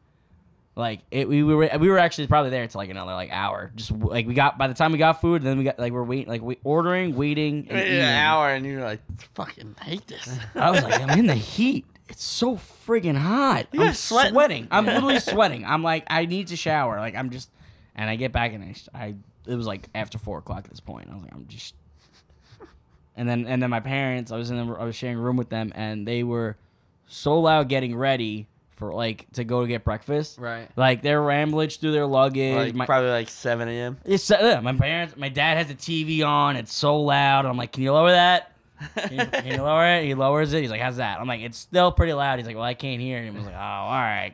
Like it, we, we were we were actually probably there until like another like hour. Just like we got by the time we got food, then we got like we're waiting, like we ordering, waiting. and
Waited an
eating.
hour and you're like, fucking hate this.
*laughs* I was like, I'm in the heat. It's so friggin' hot. I'm
guys sweating?
sweating. I'm
*laughs*
literally sweating. I'm like, I need to shower. Like I'm just, and I get back and I, sh- I it was like after four o'clock at this point. I was like, I'm just, and then and then my parents, I was in, the, I was sharing a room with them, and they were so loud getting ready for like to go to get breakfast.
Right.
Like they're rambling through their luggage.
like
my,
probably like seven a.m.
it's uh, my parents. My dad has the TV on. It's so loud. I'm like, can you lower that?
*laughs*
Can you, can you lower it? He lowers it. He's like, how's that? I'm like, it's still pretty loud. He's like, well, I can't hear. And I was like, oh, all right.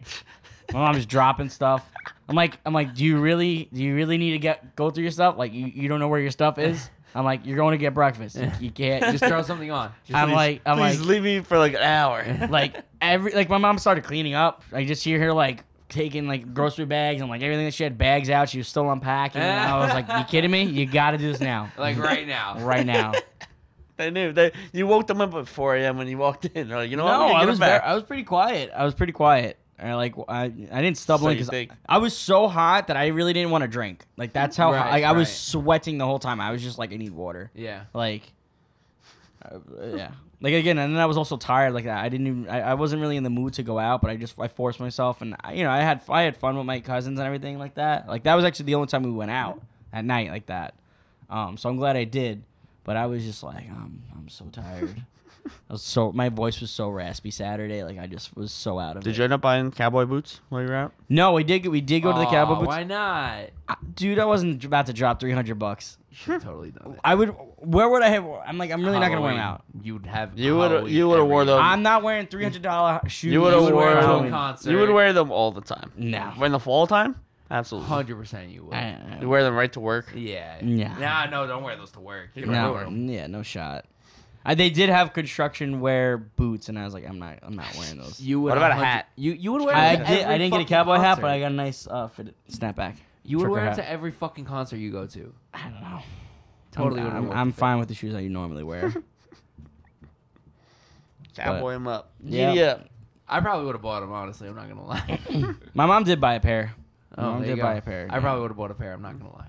My mom's dropping stuff. I'm like, I'm like, do you really, do you really need to get go through your stuff? Like, you, you don't know where your stuff is. I'm like, you're going to get breakfast. You, you can't.
Just
Just,
throw something
*laughs*
on. Just
I'm
leave-
like, I'm
Please
like,
leave me for like an hour.
*laughs* like every like my mom started cleaning up. I just hear her like taking like grocery bags and like everything that she had bags out. She was still unpacking. And I was like, "You kidding me? You got to do this now,
like right now.
*laughs* right now."
*laughs* they knew they you woke them up at four a.m. when you walked in. They're like, you know what?
no,
We're gonna
I
get
was
them
ver-
back.
I was pretty quiet. I was pretty quiet. I like I, I didn't stumble
So
in
you
'cause
think-
I was so hot that I really didn't want to drink. Like that's how
Right,
like I was
right.
sweating the whole time. I was just like I need water.
Yeah.
Like
*laughs*
uh, yeah. Like again, and then I was also tired. Like I didn't even I, I wasn't really in the mood to go out, but I just I forced myself, and I, you know I had I had fun with my cousins and everything like that. Like that was actually the only time we went out at night like that. Um, so I'm glad I did, but I was just like I'm I'm so
*laughs*
tired. I was so my voice was so raspy Saturday. Like I just was so out of
Did
it.
you end up buying cowboy boots while you were out?
no, we did we did go to the
Aw,
cowboy boots.
Why not?
I- Dude, I wasn't about to drop 300 bucks.
You should have totally done it.
I would. Where would I have? I'm like I'm Hmm. really not gonna wear
Halloween.
them out.
You'd have.
You would've-
Halloween
you would've
every
wore
year.
those-
I'm not wearing three hundred dollar shoes.
Um, you would
You
have
would
wore
wear it to a
them.
concert.
You would wear them all the time.
No.
In the fall time, absolutely.
Hundred percent, you would.
You wear them right to work.
yeah.
Nah.
Nah, no, don't wear those to work. You don't wear
no,
'em.
yeah, no shot. I, they did have construction wear boots, and I was like, I'm not, I'm not wearing those.
You would.
What about a
100
hat?
You you would wear.
I
them to
did. I
every
didn't get a
fucking
cowboy hat, but
concert.
I got a nice uh, fitted snapback.
You would
trucker
wear it
hat.
to every fucking concert you go to.
I don't know.
Totally would
I'm,
have
I'm,
worked.
I'm fine with the shoes that you
*laughs*
normally wear.
Cowboy them up.
Yeah.
Giddy up.
I probably would have bought them. Honestly, I'm not gonna lie.
*laughs* My mom did buy a pair. My
Oh,
mom
there
did
you
buy
go.
a pair.
I
yeah.
probably would have bought a pair. I'm not gonna lie.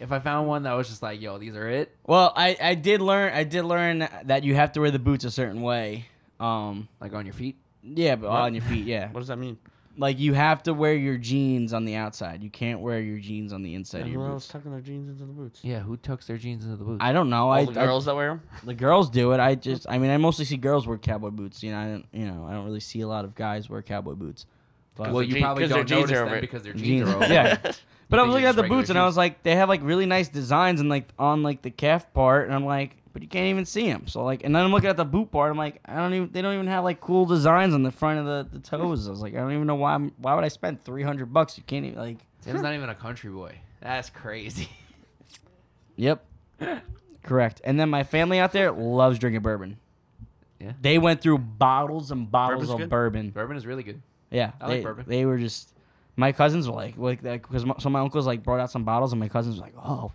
If I found one that was just like, yo, these are it.
Well, I, I did learn I did learn that you have to wear the boots a certain way. Um,
Like on your feet.
yeah, but on your feet, yeah.
What does that mean?
Like you have to wear your jeans on the outside. You can't wear your jeans on the inside of your
Everyone
boots.
else tucking their jeans into the boots.
Yeah. Who tucks their jeans into the boots?
I don't know.
All
I,
the
I-
girls that wear them.
the girls do it. I just I mean I mostly see girls wear cowboy boots. You know I don't you know I don't really see a lot of guys wear cowboy boots. But
well,
their
you
jean-
probably
'cause their
don't
jeans
notice
are
them
over it.
because their jeans,
Jeans.
are over.
Yeah. but I was
They're
looking at
just
the
regular
boots and I
jeans.
was like they have like really nice designs and like on like the calf part and I'm like but you can't even see them. So like and then I'm looking at the boot part. I'm like I don't even they don't even have like cool designs on the front of the, the toes. I was like I don't even know why I'm, why would I spend 300 bucks? You can't even like
*laughs* Tim's not even a country boy. That's crazy.
Yep. Correct. And then my family out there loves drinking bourbon.
Yeah.
They went through bottles and bottles
Bourbon's
of
good.
bourbon.
Bourbon is really good.
Yeah.
I
they,
like bourbon.
They were just my cousins were like, like, because my so my uncles like brought out some bottles, and my cousins were like, oh,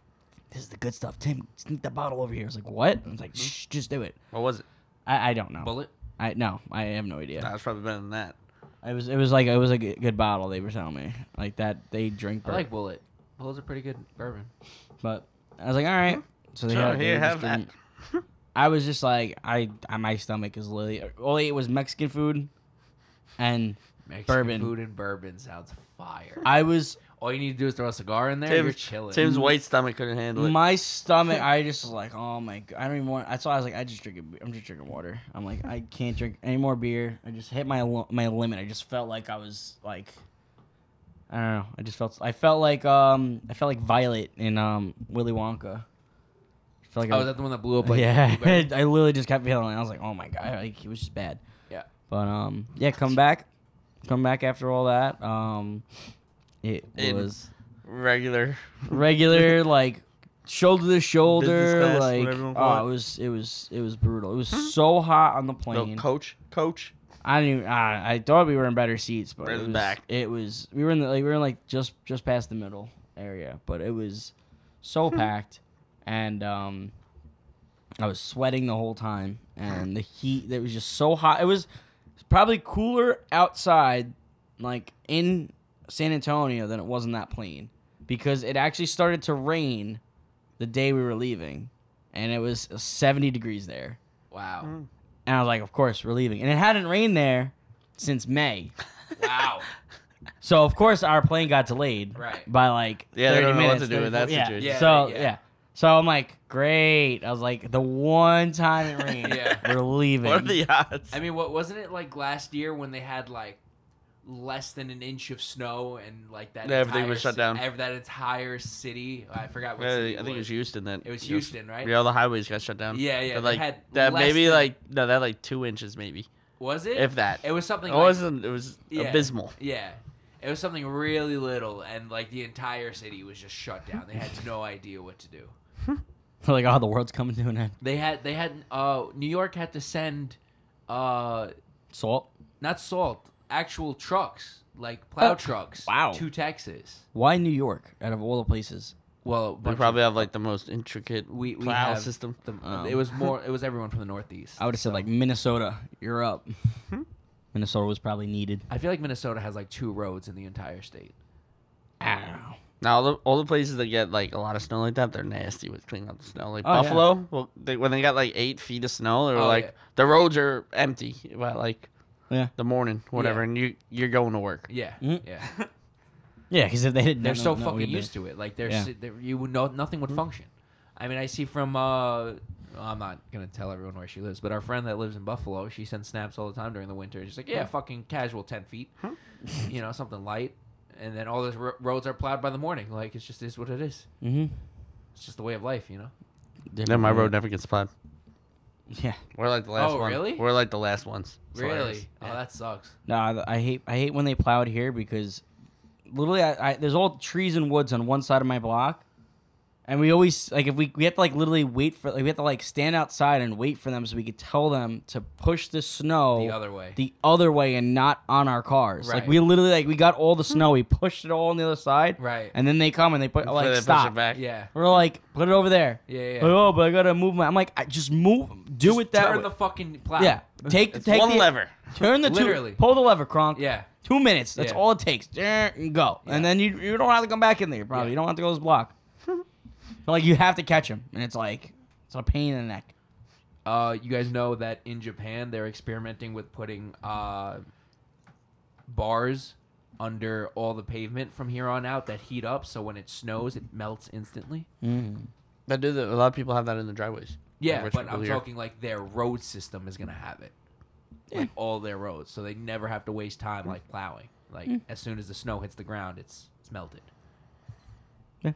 this is the good stuff. Tim, sneak that bottle over here. I was like, what? I was like, shh, just do it.
*laughs* What was it?
I, I don't know.
Mm-hmm. Bullet.
I no, I have no idea.
That's probably better than that.
It was it was like it was a g- good bottle they were telling me like that they drink.
I
bur-
like Bullet. Bullet's a pretty good bourbon.
but I was like, all right.
Mm-hmm.
So they
Sure,
had, they
here,
just
have that.
didn't- I was just like, I, I my stomach is literally all I ate was Mexican food, and
Mexican
Bourbon.
food and bourbon sounds fire.
I was
All you need to do is throw a cigar in there.
Tim's,
you're chilling.
Tim's white stomach couldn't handle it.
my stomach. I just was like, oh my, god, I don't even want. That's why I was like, I just drink. a- I'm just drinking water. I'm like, I can't drink any more beer. I just hit my lo- my limit. I just felt like I was like, I don't know. I just felt. I felt like um. I felt like Violet in um Willy Wonka. I felt like I
oh,
was-
is that the one that blew up? Like,
yeah, *laughs*
blueberry?
I literally just kept feeling. it. I was like, oh my god, like, it was just bad.
Yeah.
But um, yeah, come back, come back after all that. Um, it
In-
was
Regular.
*laughs*
regular, like shoulder to shoulder,
Business class,
like
whatever you wanna call
oh,
it.
it was it was it was brutal. It was
Mm-hmm.
so hot on the
No,
plane.
coach. Coach.
I didn't. Even, I, I thought we were in better seats, but
Right in
it
the
was,
back.
It was we were in the like we were in like just just past the middle area, but it was so packed, and um, I was sweating the whole time, and the heat that was just so hot. It was probably cooler outside, like in San Antonio, than it was in that plane because it actually started to rain the day we were leaving, and it was seventy degrees there.
Wow.
And I was like, of course, we're leaving. And it hadn't rained there since May.
Wow.
So, of course, our plane got delayed
Right.
by like
Yeah, they
30
don't know what
minutes.
to do with
30
that
yeah.
situation.
Yeah,
so,
yeah.
yeah. So I'm like, great. I was like, the one time it
*laughs*
rained,
Yeah.
we're leaving.
What are the odds?
I mean, what wasn't it like last year when they had like less than an inch of snow and like that?
Yeah, everything
entire
was shut
ci-
down.
ev- that entire city. I forgot. What
Yeah,
city
I think it was Houston then.
It was Houston, right?
Yeah, all the highways got shut down.
Yeah, yeah,
But,
they
like
had
that,
less
maybe
than-
like no, that like two inches maybe,
Was it?
if that.
It was something.
it
like-
wasn't. It was
Yeah.
abysmal.
Yeah. It was something really little, and like the entire city was just shut down. They had no idea what to do.
They're like, oh, the world's coming to an end.
They had they had uh New York had to send uh
Salt.
not salt actual trucks like plow
Oh,
trucks
wow.
to Texas.
Why New York out of all the places?
Well,
We probably have like the most intricate
we, we
plow
have
system.
The, um,
Oh.
It was more. It was everyone from the *laughs* Northeast.
I would have said, like, Minnesota, you're up.
Hmm?
Minnesota was probably needed.
I feel like Minnesota has like two roads in the entire state.
I don't know.
Now all the, all the places that get like a lot of snow like that, they're nasty with cleaning up the snow. Like
Oh, yeah.
Buffalo, well, they, when they got like eight feet of snow, they were
Oh,
like
yeah.
the roads are empty by like
Yeah.
the morning, whatever,
Yeah.
and you you're going to work.
Yeah,
Mm.
*laughs* yeah.
Yeah, because if they didn't,
They're
know-
so
know
fucking
we'd be-
used to it. Like they're,
Yeah. Mm-hmm.
si- they're you would know nothing would function. I mean, I see from uh, I'm not gonna tell everyone where she lives, but our friend that lives in Buffalo, she sends snaps all the time during the winter. She's like, yeah, fucking casual, ten feet, you know, something light, and then all those ro- roads are plowed by the morning. Like it's just is what it is.
Mhm.
It's just the way of life, you know.
Then my
Definitely.
road never gets plowed.
Yeah.
We're like the last
Oh,
one.
really?
We're like the last ones. It's hilarious.
really? Oh,
Yeah.
that sucks.
No, I, I hate I hate when they plowed here because literally I, I there's all trees and woods on one side of my block, and we always like if we we have to like literally wait for like we have to like stand outside and wait for them so we could tell them to push the snow
The other way.
the other way and not on our cars.
Right.
Like we literally like we got all the snow, we pushed it all on the other side,
Right.
and then they come and they put
So
like
they push it
stop.
back.
yeah.
We're like put it over there.
Yeah, yeah, yeah.
Like, oh, but I gotta move my. I'm like I just move, do it that
Turn
way.
the fucking plow. *laughs*
yeah, take
It's
take
one
the,
lever.
Turn the
Literally.
two, pull the lever, Kronk.
Yeah.
Two minutes. That's
Yeah.
all it takes. There and go. And then you you don't have to come back in there, probably.
Yeah.
You don't have to go to this block. *laughs* but like you have to catch him. And it's like it's a pain in the neck.
Uh, you guys know that in Japan they're experimenting with putting uh, bars under all the pavement from here on out that heat up, so when it snows, it melts instantly.
That do that. A lot of people have that in the driveways.
Yeah,
Like, rich
but
people
I'm
here.
talking like their road system is gonna have it, like all their roads, so they never have to waste time
Mm.
like plowing. Like as soon as the snow hits the ground, it's it's melted.
Yeah.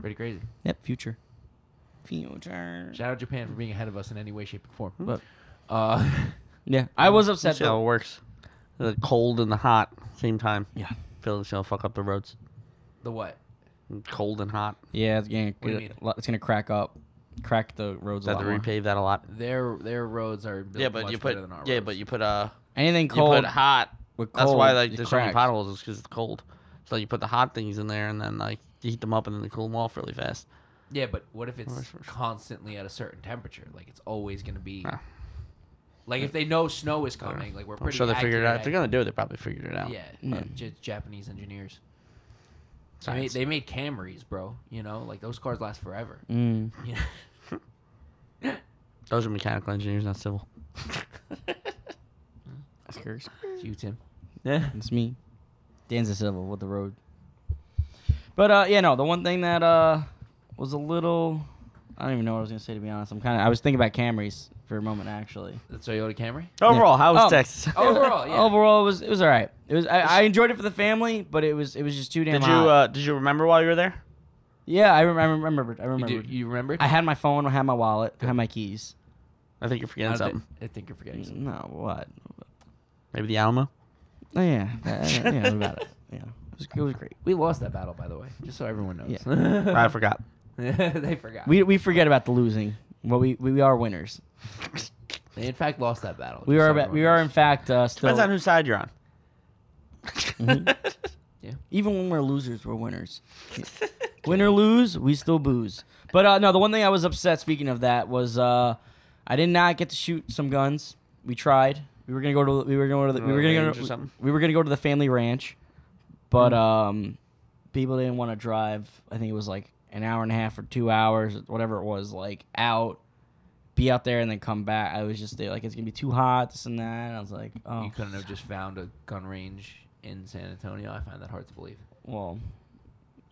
Pretty crazy.
Yep, future. Future.
Shout out Japan for being ahead of us in any way, shape, or form.
But-
uh, *laughs*
Yeah. I was
That's
upset
how it
though.
works. The cold and the hot, same time.
Yeah.
Feel it's gonna fuck up the roads.
the what?
Cold and hot.
Yeah, it's gonna
do you mean?
it's gonna crack up. Crack the roads
They
a
have
lot
to
more.
repave that a lot.
Their their roads are built
Yeah, but
much
you put
better than our
yeah,
roads.
but you put uh
Anything
you
cold
put hot.
with
That's why
cold,
like
it
there's so many
cracks.
potholes is because it's cold. So you put the hot things in there and then like you heat them up and then they cool them off really fast.
Yeah, but what if it's constantly at a certain temperature? Like it's always going to be.
Ah.
Like if they know snow is coming, like we're
I'm
pretty.
sure they figured it out.
accurate
If they're gonna do it, they probably figured it
at-
out.
Yeah,
Mm.
just Japanese engineers. They made,
Science.
they made Camrys, bro. You know, like those cars last forever. *laughs*
Mm.
You
*laughs*
Those are mechanical engineers, not civil.
That's cursed.
It's you, Tim.
Yeah. *laughs*
It's me, Danza Silva with the road. But uh, yeah, no. The one thing that uh was a little, I don't even know what I was gonna say to be honest. I'm kind of I was thinking about Camrys for a moment actually.
The Toyota Camry.
Overall, how was
Oh. *laughs*
Texas?
*laughs* Overall, yeah.
Overall, it was it was all right. It was I, I enjoyed it for the family, but it was it was just too damn
Did you
hot.
uh, did you remember while you were there?
yeah, I, rem- I remembered. I
You, do,
remembered.
you remember?
I had my phone. I had my wallet. I had my keys.
I think you're forgetting
don't
something.
thi- I think you're forgetting. something.
No, what?
Maybe the Alamo.
Oh, yeah, that- yeah,
*laughs*
about it. Yeah, it was, it was great.
We lost that battle, by the way, just so everyone knows. *laughs*
Uh-huh.
I forgot.
they forgot.
We we forget about the losing. Well, we we are winners.
they in fact lost that battle.
We
just so
are
everyone
we are in
knows.
fact uh, still
Depends on whose side you're on.
even when we're losers, we're winners. *laughs* Win or lose, we still booze. But uh, no, the one thing I was upset. Speaking of that, was uh, I did not get to shoot some guns. We tried. We were gonna go to we were going to the, we
Uh,
were gonna go
range or
to,
something? Hmm.
we were gonna go to the family ranch, but um, people didn't want to drive. I think it was like an hour and a half or two hours, whatever it was, like out. Be out there and then come back. I was just there, like it's gonna be too hot, this and that. And I was like, oh,
You couldn't have just found a gun range in San Antonio. I find that hard to believe.
well,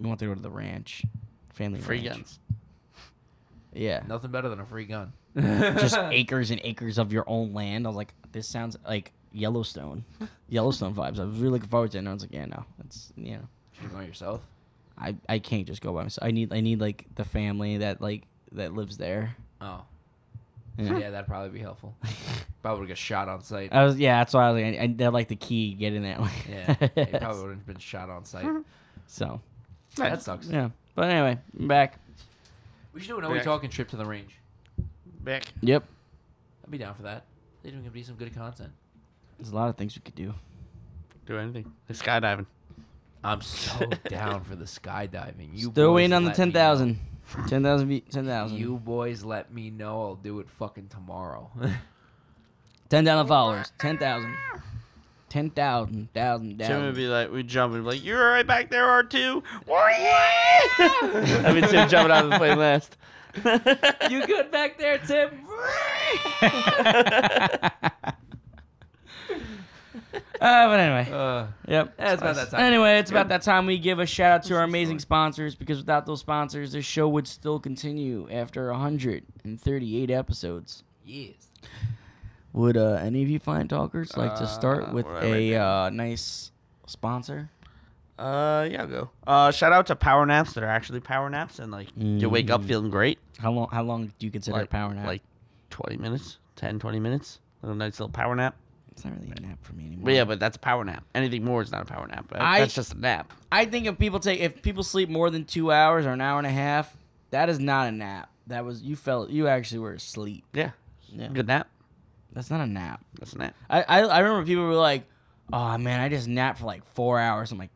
we want to go to the ranch, family
Free
ranch.
guns.
Yeah,
Nothing better than a free
*laughs*
gun. *laughs*
just acres and acres of your own land. I was like, this sounds like
*laughs*
Yellowstone, Yellowstone vibes. I was really looking forward to it. And I was like, yeah, no, it's you know,
You go yourself.
I I can't just go by myself. I need I need like the family that like that lives there.
Oh,
Yeah.
*laughs*
Uh.
yeah, that'd probably be
*laughs*
helpful. probably would get shot on site.
I was yeah, that's why I was like, I, I, they're like the key getting that way. *laughs*
yeah, he probably would have been shot on site.
so
that sucks.
Mm-hmm. yeah, but anyway, I'm back.
We should do an Are We
Back.
Talking trip to the range.
Back.
Yep,
I'd be down for that. They're going to be some good content.
there's a lot of things we could do.
Do anything. They're skydiving.
I'm *laughs* so down for the skydiving. You
Still
boys
waiting on the
let me
ten
know.
thousand. Ten thousand feet, ten thousand.
You boys let me know. I'll do it fucking tomorrow. *laughs*
Ten thousand followers. Ten thousand. Ten thousand.
Tim
Thousand.
would
Thousand.
be like, we'd jump and be like, you're right back there, R2.
*laughs*
I mean, Tim jumping out of the plane *laughs* last.
you good back there, Tim?
*laughs*
*laughs*
Uh, but anyway.
uh,
Yep.
Yeah, it's about that time.
Anyway, it's about that time we give a shout out to our amazing sponsors because without those sponsors, this show would still continue after 138 episodes.
yes.
Would uh, any of you fine talkers like to start
Uh,
with
we're right
a
there.
uh, nice sponsor?
Uh, yeah, I'll go. Uh, shout out to power naps that are actually power naps and like you wake up
Mm.
feeling great.
How long? How long do you consider a
Like-
power nap?
Like 20 minutes, 10, 20 minutes. Little nice little power nap.
it's not really a nap for me anymore.
But yeah, but that's a power nap. Anything more is not a power nap. That-
I-
that's just a nap.
I think if people take if people sleep more than two hours or an hour and a half, that is not a nap. That was you felt you actually were asleep.
Yeah.
Yeah.
Good nap.
That's not a nap.
That's a nap.
I, I I remember people were like, "Oh man, I just napped for like four hours." I'm like,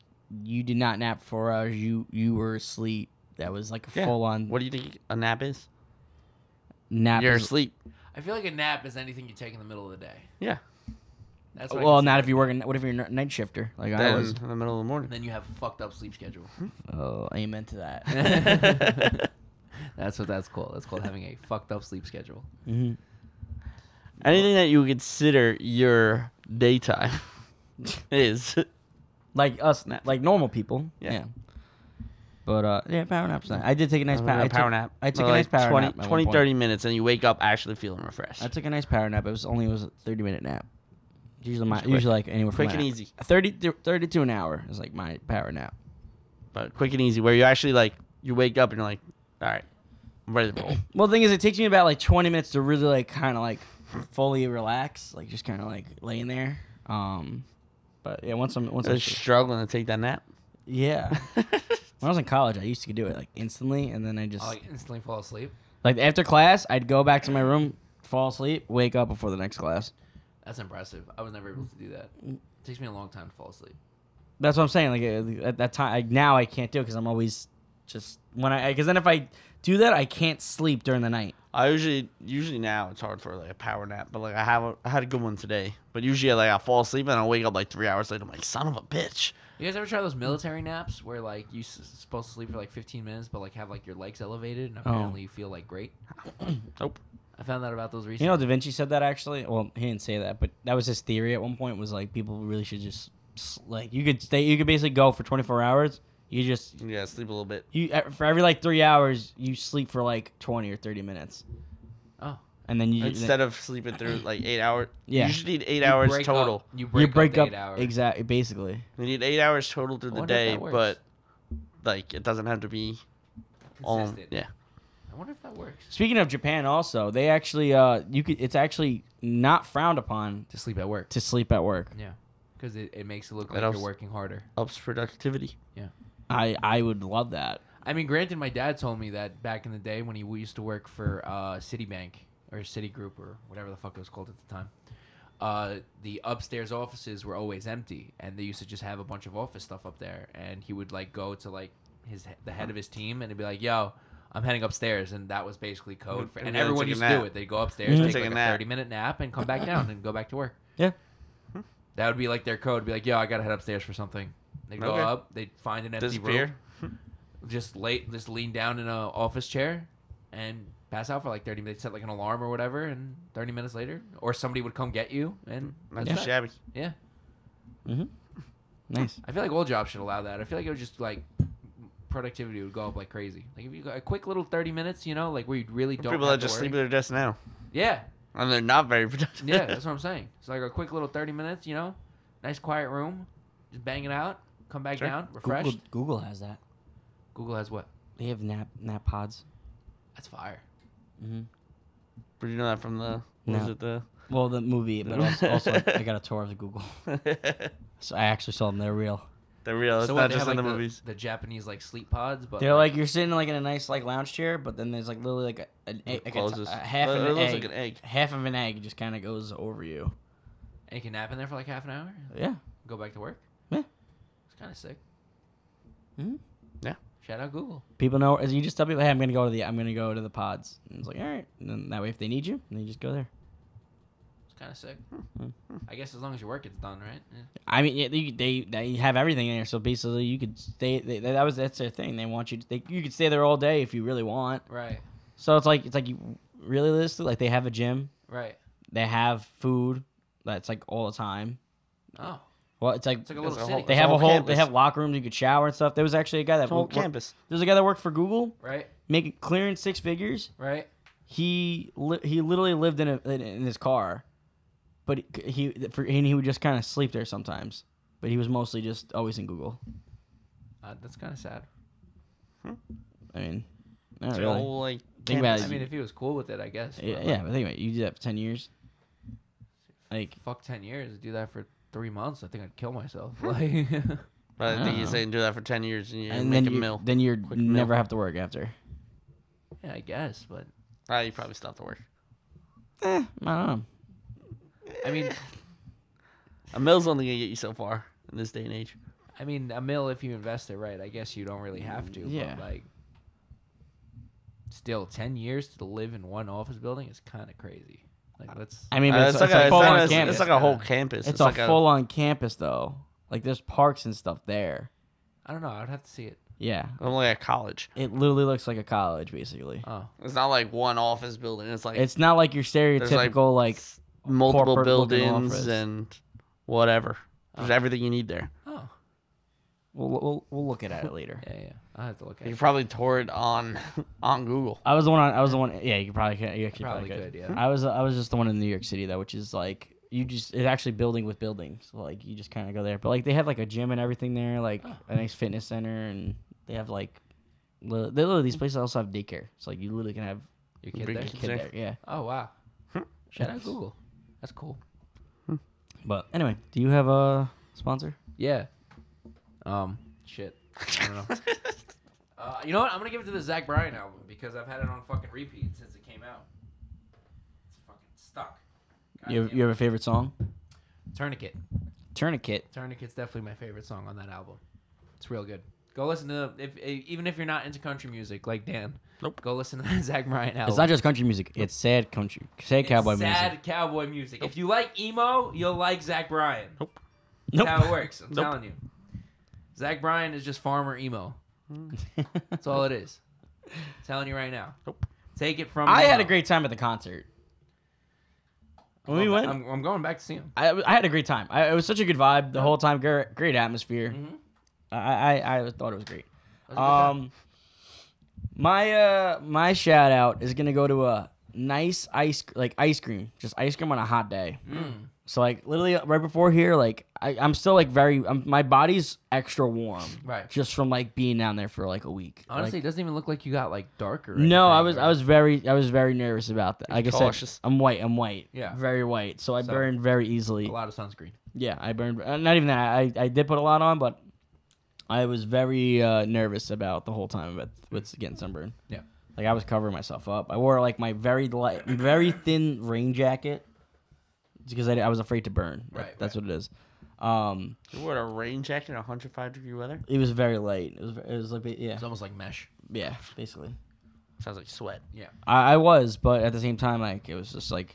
"You did not nap for four hours. You you were asleep. That was like a
Yeah.
full on
What do you think a nap is?
nap."
You're
is-
asleep.
I feel like a nap is anything you take in the middle of the day.
Yeah.
That's what I
Well,
consider
not if
it.
you're working. What if you're a night shifter? Like I
Then
was.
in the middle of the morning.
Then you have a fucked up sleep schedule.
Oh, amen to that.
*laughs*
*laughs*
*laughs*
that's what that's called. That's called having a fucked up sleep schedule.
hmm
Anything that you would consider your
*laughs*
daytime is.
Like us, na- like normal people. Yeah.
Yeah.
But uh, yeah, power naps. Nice. I did take a nice power,
a power
I took,
nap.
I took
Or
a nice power
20,
nap. at one
20,
point.
30 minutes, and you wake up actually feeling refreshed.
I took a nice power nap. It was only it was a thirty minute nap. Usually my
Quick.
usually like anywhere from
Quick
an
and
hour.
easy.
30, to- 30 to an hour is like my power nap.
but quick and easy, where you actually like you wake up and you're like, all right, I'm ready
*coughs*
to roll.
Well, the thing is, it takes me about like 20 minutes to really like kind of like fully relax, like just kind of like laying there. Um, but yeah, once I'm once
So
I,
it's struggling to take that
*laughs*
nap. *laughs*
yeah, when I was in college, I used to do it like instantly, and then I just
Oh,
I like instantly fall asleep.
like after class, I'd go back to my room, fall asleep, wake up before the next class.
Mm. That's impressive. I was never able to do that. It takes me a long time to fall asleep.
That's what I'm saying. Like uh, at that time, like, now I can't do it because I'm always just when I because then if I do that, I can't sleep during the night.
I usually usually now it's hard for like a power nap, but like I have a, I had a good one today. But usually like I fall asleep and I wake up like three hours later. I'm like son of a bitch.
You guys ever try those military naps where like you s- supposed to sleep for like 15 minutes, but like have like your legs elevated and apparently you feel like great?
Nope.
I found out about those recently.
You know, Da Vinci said that actually. Well, he didn't say that, but that was his theory at one point. Was like people really should just s- like you could stay, you could basically go for 24 hours. You just
Yeah, sleep a little bit.
you e- for every like three hours, you sleep for like 20 or 30 minutes,
oh,
and then you
Instead of sleeping through like eight hours,
Yeah.
you should need eight
You
hours
break up-
total.
you
you
break,
break
up,
up,
the eight hours.
exactly basically.
You need eight hours total through
I
the
wonder if
day,
that works.
but like it doesn't have to be all.
Consistent.
Yeah,
I wonder if that works.
Speaking of Japan, also they actually uh you could it's actually not frowned upon
To sleep at work.
to sleep at work.
Yeah. Because it, it makes it look
That
like
helps.
you're working harder.
ups productivity.
I I would love that.
I mean, granted, my dad told me that back in the day when he w- used to work for uh, Citibank or Citigroup or whatever the fuck it was called at the time, uh, the upstairs offices were always empty, and they used to just have a bunch of office stuff up there. And he would like go to like his he- the head of his team, and he'd be like, "Yo." I'm heading upstairs, and that was basically code for.
And
And
then
everyone
take a
used to do
nap. Mm-hmm.
it. They'd go upstairs,
Mhm.
take,
Take a
like a
nap.
30 minute nap, and come back down and go back to work.
*laughs*
Yeah.
That would be like their code. Be like, "Yo, I gotta head upstairs for something." They would go
Okay.
up, they would find an empty room,
Disappear.
*laughs* just lay, just lean down in a office chair and pass out for like 30 minutes set like an alarm or whatever and 30 minutes later or somebody would come get you and
Not
that's that.
shabby.
yeah
Nice.
i feel like all jobs should allow that i feel like it would just like productivity would go up like crazy like if you got a quick little 30 minutes you know like where you really don't
People that
have to
just
worry.
sleep at their desk now,
yeah
and they're not very *laughs* productive.
yeah that's what i'm saying it's like a quick little 30 minutes you know nice quiet room just bang it out come back
Sure.
down refreshed
Google,
google,
Google has that.
has what
They have nap nap pods.
that's fire
Mm-hmm.
But you know that from the what was
No.
it the *laughs*
Well, the movie, but *laughs* also, also I, I got a tour of the Google, so I actually saw them. They're real.
the real. It's
so what,
not
they
just in
have, like,
the,
the,
movies.
the japanese like sleep pods but
They're like you're sitting like in a nice like lounge chair, but then there's like literally like a, an egg, like a, t-
Closes.
a half
It
of an
looks
egg,
like an egg.
half of an egg just kind of goes over you.
and you can nap in there for like half an hour
Yeah.
go back to work.
Yeah.
It's kind of sick.
Mhm.
Mm-hmm. Yeah.
Shout out Google.
People know. You just tell people, hey, I'm gonna go to the I'm gonna go to the pods. And it's like all right. And then that way, if they need you, they just go there.
It's kind of sick.
Mhm.
Mm-hmm.
I guess as long as your work gets done, right? Yeah.
I mean, yeah, they, they they have everything there, so basically you could stay. They, that was that's their thing. They want you. To, they, you could stay there all day if you really want.
Right.
So it's like it's like you really realistically like they have a gym,
Right.
they have food that's like all the time.
Oh,
Well, it's like
it's like a
That's
little
a
city,
whole-
they
it's
have a
whole
whole they
campus.
have locker rooms you could shower and stuff. There was actually a guy that
It's a whole
wo- wo-
campus.
there was a guy that worked for Google
right?
making clearing six figures.
Right.
He li- he literally lived in a, in, in his car, but he for, and he would just kind of sleep there sometimes. But he was mostly just always in Google.
Uh, that's kind of sad.
I mean, not
It's a
really.
whole, like,
Think about
I
it,
mean, if he was cool with it, I guess.
yeah,
but,
yeah,
like,
but think about it. You do that for ten years. Like
Fuck ten years. Do that for three months. I think I'd kill myself. *laughs* Like,
But I think you
Oh.
say you do that for ten years and you
and
make
then
a
you
mill.
then you
Quick mill.
never have to work after.
yeah, I guess. But
Ah, you probably still have to work.
Eh, I don't know.
I mean,
*laughs*
A mill's only gonna get you so far in this day and age.
I mean, a mill if you invest it right. I guess you don't really have to.
Yeah.
But like, still, ten years to live in one office building is kind of crazy. Like, that's
I mean,
Uh,
but it's,
it's,
it's
like
a,
a,
full
it's not
on
a-
campus.
it's like a whole campus.
It's, a
like
full on campus though. Like there's parks and stuff there.
I don't know. I'd have to see it.
Yeah,
only a college.
it literally looks like a college basically.
Oh,
It's not like one office building. It's like
It's not like your
there's, like,
stereotypical like,
s- multiple
corporate looking office.
buildings and whatever. There's everything you need there.
oh,
We'll, we'll we'll look at
*laughs*
it later.
yeah, yeah. I'll have to look at
You
it.
probably tore it
*laughs*
on on Google.
I was the one. On, I was the one. Yeah, you could probably could- you actually
Probably
probably,
could,
could.
yeah.
I was I was just the one in New York City though, which is like you just it's actually building with building. So like you just kind of go there. But like they have like a gym and everything there, like a nice fitness center, and they have like li- they literally these places also have daycare. So like you literally can have
Your kid
Bring
there?
your
a kid
Sure.
there. Yeah.
Oh wow. Shout out Google. That's cool.
But anyway, do you have a sponsor?
Yeah. Um. Shit. I don't know. uh, you know what? I'm gonna give it to the Zach Bryan album because I've had it on fucking repeat since it came out. It's fucking stuck. God
You have,
damn
you
it.
have a favorite song?
Tourniquet.
Tourniquet.
Tourniquet's definitely my favorite song on that album. It's real good. Go listen to if, if even if you're not into country music like Dan.
Nope.
Go listen to *laughs* that Zach Bryan album.
It's not just country music. It's sad country, sad
It's
cowboy
sad
music. *laughs*
cowboy music. If you like emo, you'll like Zach Bryan.
Nope.
That's
Nope.
how it works. I'm
Nope.
telling you. Zach Bryan is just farmer emo. That's all it is. telling you right now.
Nope.
Take it from.
I had
emo.
a great time at the concert.
I'm
When we
going
went,
back- I'm, I'm going back to see him.
I, I had a great time. I, it was such a good vibe the whole time. Great, great atmosphere.
Mhm.
I, I I thought it was great.
That was a good time.
Mm-hmm. Um, my uh my shout out is gonna go to a nice ice like ice cream, just ice cream on a hot day.
Mm.
So like literally right before here, like I, I'm still like very I'm, my body's extra warm
Right.
just from like being down there for like a week.
Honestly,
Like,
it doesn't even look like you got like darker. or
no, I
anything,
was
or-
I was very I was very nervous about that.
You're
Like I
cautious.
said, I'm white. I'm white.
Yeah.
very white. So I
So-
burned very easily.
a lot of sunscreen.
Yeah, I burned. Uh, not even that. I, I did put a lot on, but I was very uh, nervous about the whole time with, with getting sunburned.
Yeah.
Like I was covering myself up. I wore like my very light, very thin rain jacket because I, I was afraid to burn. That-
Right,
That's what it is. Um,
*laughs* You wore a rain jacket in 105 degree weather?
it was very light. It was. It was like yeah,
It's almost like mesh.
yeah, basically.
Sounds like sweat.
I, I was, but at the same time, like it was just like,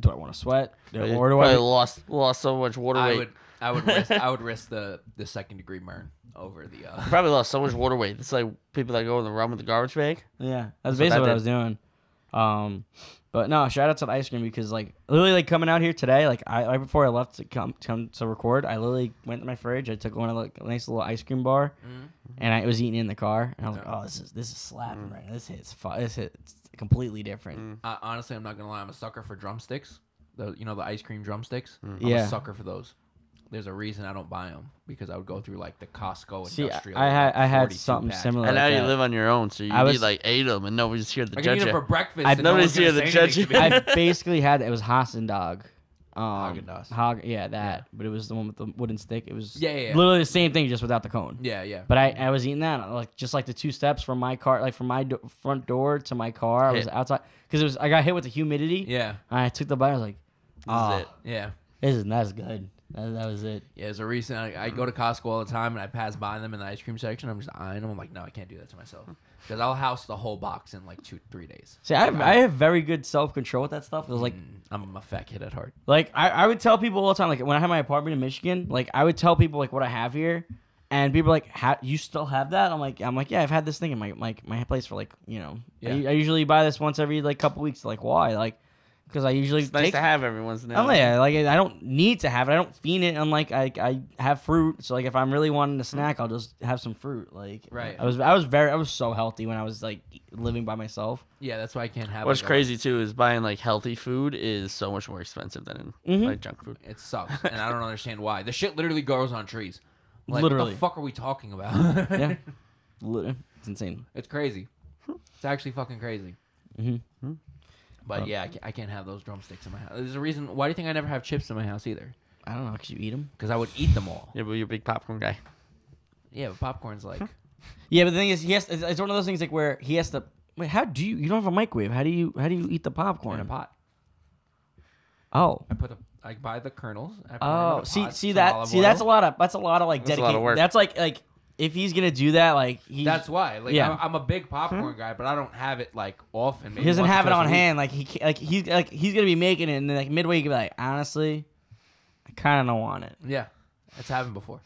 do I want to sweat?
You
Or do I?
probably lost lost so much water
I
weight.
would, I would, risk, I would risk the the second degree burn over the.
You
Uh,
probably lost so much water weight. It's like people that go in the run with the garbage bag.
Yeah, that's
what I
basically what I
did.
was doing. Um, but no, shout out to the ice cream because like literally like coming out here today, like I right before I left to come come to record, I literally went to my fridge. I took one of like a nice little ice cream bar,
Mhm.
and I was eating it in the car, and I was like,
Yeah.
oh, this is this is slapping right now. This hits fu- this hits completely different.
Mm.
I, honestly, I'm not gonna lie. I'm a sucker for drumsticks. The you know the ice cream drumsticks. I'm
Mm-hmm. Yeah.
a sucker for those. There's a reason I don't buy them because I would go through like the Costco
See, I,
industrial.
I had
like,
I had
42
something
pack.
similar.
And now
like
you
that.
live on your own, so you
I
need
was-
like eight of them, and nobody's here to
I can
judge
eat them for
you.
breakfast.
I-
and no
nobody's
one's
here
gonna
to
say
judge
anything
you.
to me.
I basically had it was Hassan dog. Um,
Häagen-Dazs.
Hog, yeah, that. But it was the one with the wooden stick. It was
Yeah, yeah, yeah.
literally the same thing, just without the cone.
*laughs* yeah, yeah.
But I, I was eating that and, like just like the two steps from my car, like from my do- front door to my car. I was
Hit.
outside because it was I got hit with the humidity.
yeah,
And I took the bite. I was like,
This
oh,
is it.
yeah.
this is that's good. That, that was it.
Yeah, there's a reason I, I go to Costco all the time and I pass by them in the ice cream section. I'm just eyeing them. I'm like, no, I can't do that to myself because I'll house the whole box in like two, three days.
See, I have, I have very good self control with that stuff. It was like
Mm, I'm a fat kid at heart.
Like I, I would tell people all the time, like when I had my apartment in Michigan, like I would tell people like what I have here, and people are like, "Ha- "You still have that?" I'm like, "I'm like, yeah, I've had this thing in my my, my place for like you know, I-
Yeah.
I, usually buy this once every like couple weeks. Like why? Like because I usually
It's nice
take.
to have everyone's now.
I'm like, yeah, like I don't need to have it. I don't fiend it. Unlike I, I have fruit, so like if I'm really wanting a snack, I'll just have some fruit. Like
Right.
I was I was very I was so healthy when I was like living by myself.
Yeah, that's why I can't have.
What's
it.
crazy too is buying like healthy food is so much more expensive than
Mhm.
like junk food.
It sucks, and I don't understand why. The shit literally grows on trees. Like, what
Literally.
the fuck are we talking about?
Yeah. Lit- It's insane.
*laughs* it's crazy. It's actually fucking crazy.
Mhm.
But
Um,
yeah, I ca- I can't have those drumsticks in my house. There's a reason. Why do you think I never have chips in my house either?
I don't know. Could you eat them?
Because I would eat them all.
Yeah, but you're a big popcorn guy.
Yeah, but popcorn's
*laughs*
like
Yeah, but the thing is, he has. It's, it's one of those things like where he has to. Wait, how do you? You don't have a microwave. How do you? How do you eat the popcorn?
in a pot.
oh,
I put the I buy the kernels. I put them in
oh.
a
See,
pot,
see
some
that.
olive
See that's a
oil.
lot of. That's a lot of like
That's a lot of
dedicated.
work.
That's like like if he's gonna do that, like he
That's why. Like
Yeah. Hmm?
I'm, I'm a big popcorn guy, but I don't have it like often.
he
Maybe
doesn't
once or
have it
twice a
on
week.
hand. Like he ca- like he's like he's gonna be making it, and then like midway, he could be like, honestly, I kind of don't want it.
Yeah, it's happened before.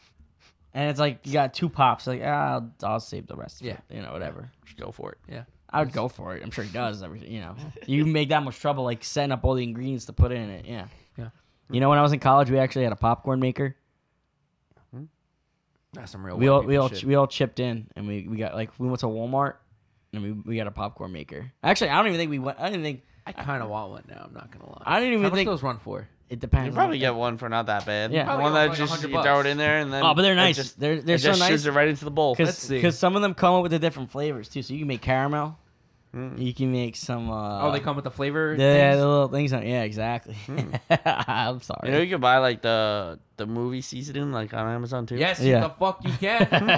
And it's like you got two pops. Like ah, I'll, I'll save the rest.
Yeah.
Yeah, you know whatever.
Just go for it.
I would go for it. I'm sure he does. Everything, you know, *laughs* you make that much trouble like setting up all the ingredients to put in it. Yeah.
Yeah.
You know, when I was in college, we actually had a popcorn maker.
That's some real.
We
white
all we
people
all
shit.
we all chipped in, and we, we got like we went to Walmart, and we, we got a popcorn maker. Actually, I don't even think we went. I didn't think
I kind of want one now. I'm not gonna lie.
I didn't even
How much
think-
those run for?
it
You
depends.
can
on
probably
the-
get one for not that bad.
Yeah.
Probably
one
go
that
for, like,
just
100
you throw it
bucks.
in there and then.
Oh, but they're
it
nice.
just-
they're they're
it
so
just
nice
shoots it right into the bowl.
Let's
because
see.
because some of them come up with the different flavors too. So you can make caramel.
Mm.
You can make some. Uh,
oh, they come with the flavor.
Yeah,
things? Hmm.
the little things on. Yeah, exactly. *laughs* I'm sorry. *laughs*
You know you can buy like the the movie seasoning like on Amazon too.
Yes,
Yeah.
the fuck you can.
*laughs*
I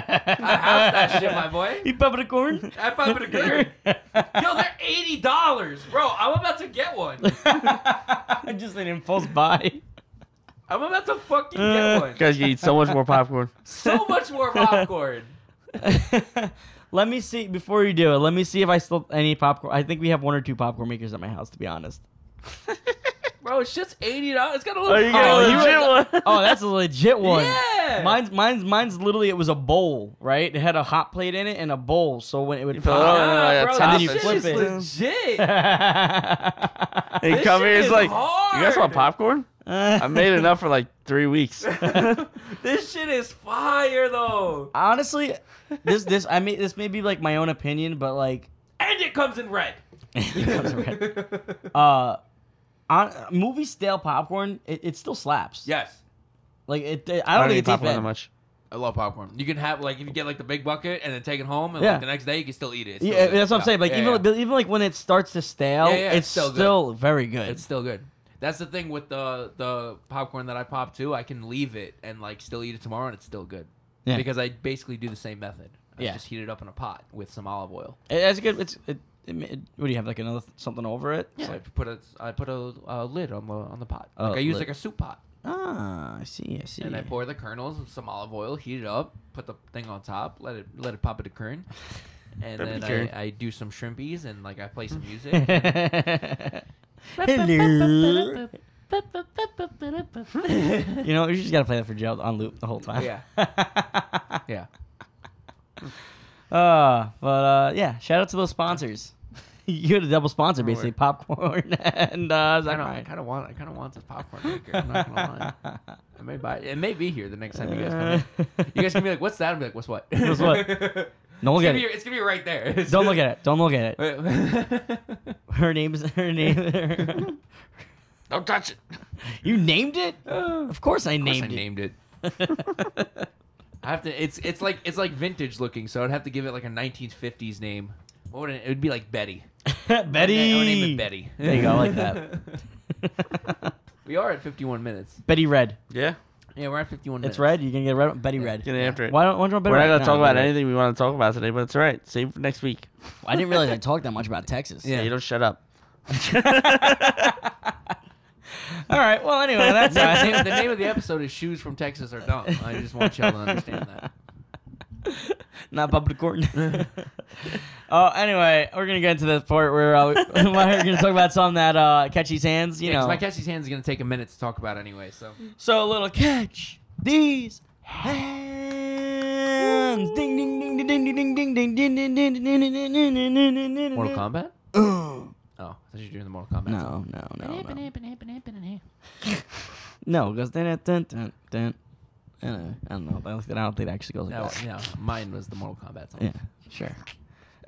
house that shit, my boy.
You popcorn.
I pop it a green. Yo, they're eighty
*laughs*
dollars, bro. I'm about to get one.
just an impulse buy. *laughs*
I'm about to fucking get one.
Guys, you eat so much more popcorn.
So much more popcorn.
let me see before you do it. Let me see if I still any popcorn. I think we have one or two popcorn makers at my house, to be honest.
Bro, shit's eighty dollars. It's got a little.
Oh, you got
*laughs* Oh,
a
you
legit
went-
one.
*laughs* Oh, that's a legit one.
Yeah.
Mine's mine's mine's literally it was a bowl, right? It had a hot plate in it and a bowl, so when it would
fill it
pop-
up.
Nah,
Oh, Yeah,
bro,
it's
hot.
this
And then you
shit
flip
is
*laughs*
it.
legit. *laughs*
*laughs*
They
This
come here,
shit
it's
is
like, you guys
hard."
want popcorn? I made enough for like three weeks.
this shit is fire though,
*laughs* Honestly, this this I mean this may be like my own opinion, but like *laughs*
and it comes in red.
uh on, movie stale popcorn, it, it still slaps.
*laughs* yes,
Like it, it- I don't, think it tastes
popcorn
bad.
that much.
I love popcorn. You can have like if you get like the big bucket and then take it home, and
Yeah.
like the next day you can still eat it. It's still
Yeah,
good.
that's what I'm saying. Like
Yeah,
even
yeah.
but even like when it starts to stale,
Yeah, yeah,
it's,
it's still
still,
good.
very good.
It's still good. That's the thing with the the popcorn that I pop too. I can leave it and like still eat it tomorrow, and it's still good.
Yeah.
Because I basically do the same method. I
Yeah.
just heat it up in a pot with some olive oil.
It- it's good. It's it, it, ma- it- What do you have like another th- something over it?
So I put a I put a, a lid on the on the pot.
Oh,
like I use
lid.
like a soup pot,
Ah, I see. I see.
and I
*laughs*
pour the kernels and some olive oil, heat it up, put the thing on top, let it let it pop into
*laughs*
kern, and
Pop it
then
to kern.
I, I do some shrimpies and like I play
*laughs*
some music. and-
Hello. you know, you just gotta play that for Joe on loop the whole time. *laughs*
Yeah. yeah.
Uh, but uh, yeah, shout out to those sponsors. *laughs* you had a double sponsor, basically popcorn *laughs* and uh,
I
Zach
don't. I
Ryan.
kind of want. I kind of want this popcorn maker. I'm not gonna
*laughs*
lie. I may buy it. It may be here the next time you guys come in. You guys can be like, "What's that?" I'm like, "What's what?"
What's what?
*laughs* it's,
Don't look
gonna
at
be,
it.
it's gonna be right there.
*laughs* *laughs* Don't look at it. Don't look at it.
*laughs* it.
Her name is
*laughs*
her name.
Don't touch it.
you named it? Of course I
Of course
named
I
it. *laughs*
named it. I have to. It's it's like it's like vintage looking, so I'd have to give it like a 1950s name. What would it? It would be like Betty.
Betty.
I would name it Betty.
There you go. I like that.
*laughs*
*laughs*
we are at 51 minutes.
Betty Red.
Yeah.
Yeah, we're at 51 minutes.
It's red. You're gonna get a red. one? Betty Red.
Get it after it.
Why don't? Why don't you want Betty
We're not
Red?
going to
No,
talk about
Betty Red.
anything we want to talk about today, but it's all right. Save it for next week.
I didn't realize I talked that much about Texas.
Yeah.
Yeah.
you don't shut up.
*laughs* All right. Well,
*laughs*
anyway, that's
The
all
name,
right.
the name of the episode is "Shoes from Texas Are Dumb." I just want y'all to understand that.
*laughs* Not public court. *laughs* Oh, anyway, we're gonna get into the part where uh, *laughs* we're gonna talk about something that uh, catch these hands. You
Yeah, 'cause
know,
my catch these hands is gonna take a minute to talk about anyway. So
so a little catch these hands. Ding ding ding ding ding ding ding ding ding ding ding ding ding ding ding ding ding ding ding.
Mortal Kombat.
*clears throat*
Oh, I thought you were doing the Mortal Kombat. song.
No, no, no, no. *laughs* No, it goes dun dun dun dun. I don't know. I don't know. I don't think- I don't think it actually goes like
No,
that.
no, mine was the Mortal Kombat song.
Yeah, sure.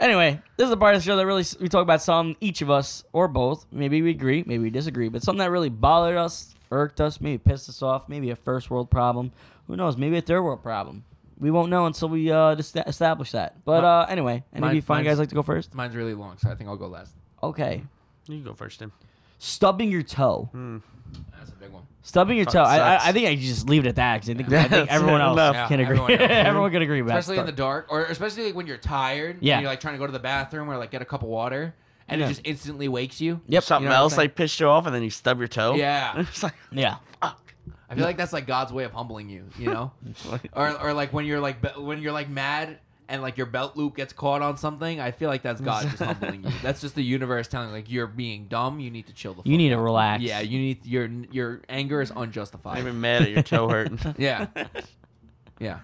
Anyway, this is the part of the show that really we talk about some each of us or both. Maybe we agree, maybe we disagree, but something that really bothered us, irked us, maybe pissed us off, maybe a first world problem. Who knows? Maybe a third world problem. We won't know until we uh, dis- establish that. But
My-
uh, anyway, any
my-
of you fine
mine's-
guys like to go first?
Mine's really long, so I think I'll go last.
Okay,
You can go first, Tim.
stubbing your toe.
That's a big one.
Stubbing your
Fuck,
toe. I, I,
sucks.
I think I just leave it at that 'cause I think, I think
That's
everyone else
enough.
can
Yeah,
agree.
everyone
*laughs* Everyone,
else.
can agree about
especially in the
stub-
dark, or especially like when you're tired.
Yeah.
And you're like trying to go to the bathroom or like get a cup of water, and
Yeah.
it just instantly wakes you.
Yep.
Something
You know what I'm
else
saying?
like pissed you off and then you stub your toe.
Yeah.
*laughs* It's like,
Yeah.
fuck.
I feel like that's like God's way of humbling you. You
*laughs*
know, or or like when you're like be- when you're like mad. And like your belt loop gets caught on something, I feel like that's God
*laughs*
just humbling you. That's just the universe telling you, like you're being dumb. You need to chill the.
You need
fuck
to
out.
relax.
Yeah, you need your your anger is unjustified.
I'm even mad at your toe
*laughs*
hurting.
*laughs*
Yeah. Yeah.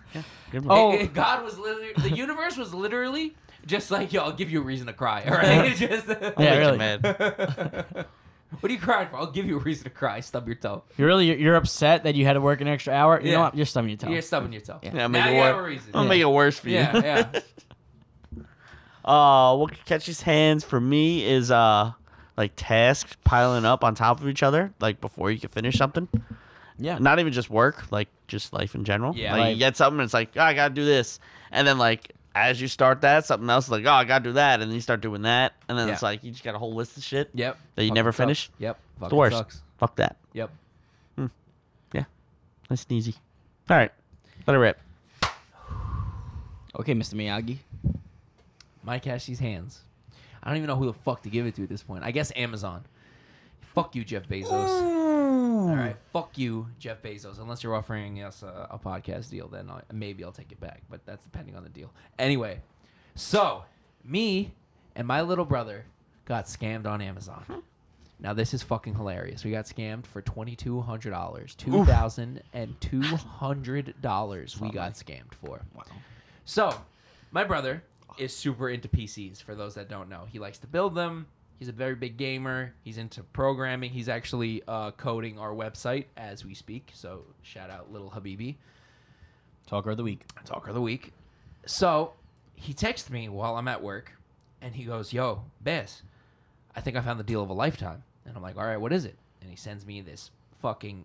Good
Oh.
oh.
It- it- God was literally, the universe was literally just like, yo, I'll give you a reason to cry. *laughs* All right. It's just, *laughs*
Yeah, really.
mad.
what are you crying for? I'll give you a reason to cry. Stub your toe.
You're really you're, you're upset that you had to work an extra hour. You know
Yeah.
what? You're stubbing your toe.
You're stubbing your toe.
Yeah, make
now
it
you have a
wor-
reason.
I'll make it worse for you.
yeah, yeah.
Uh, what catches hands for me is uh, like tasks piling up on top of each other, like before you can finish something.
Yeah.
Not even just work, like just life in general.
Yeah.
Like
Right.
you get something, it's like oh, I gotta do this, and then like as you start that, something else is like oh I gotta do that, and then you start doing that, and then
Yeah.
it's like you just got a whole list of shit.
*laughs* Yep.
That you
Fucking
never
sucks.
finish?
Yep.
It's
Fucking
the worst.
Sucks.
Fuck that.
Yep.
Nice and easy. All right, let it rip.
Okay, Mr. Miyagi.
My Cashie's hands. I don't even know who the fuck to give it to at this point. I guess Amazon. Fuck you, Jeff Bezos. All right, fuck you, Jeff Bezos. Unless you're offering us a, a podcast deal, then i maybe I'll take it back. But that's depending on the deal. Anyway, so me and my little brother got scammed on Amazon. Now this is fucking hilarious. We got scammed for twenty two hundred dollars, two thousand and two hundred dollars. We got scammed for. Wow. So, my brother is super into PCs. For those that don't know, he likes to build them. He's a very big gamer. He's into programming. He's actually uh, coding our website as we speak. So shout out, little Habibi.
Talker of the week.
Talker of the week. So he texts me while I'm at work and he goes, Yo, Bez, I think I found the deal of a lifetime. And I'm like, All right, what is it? And he sends me this fucking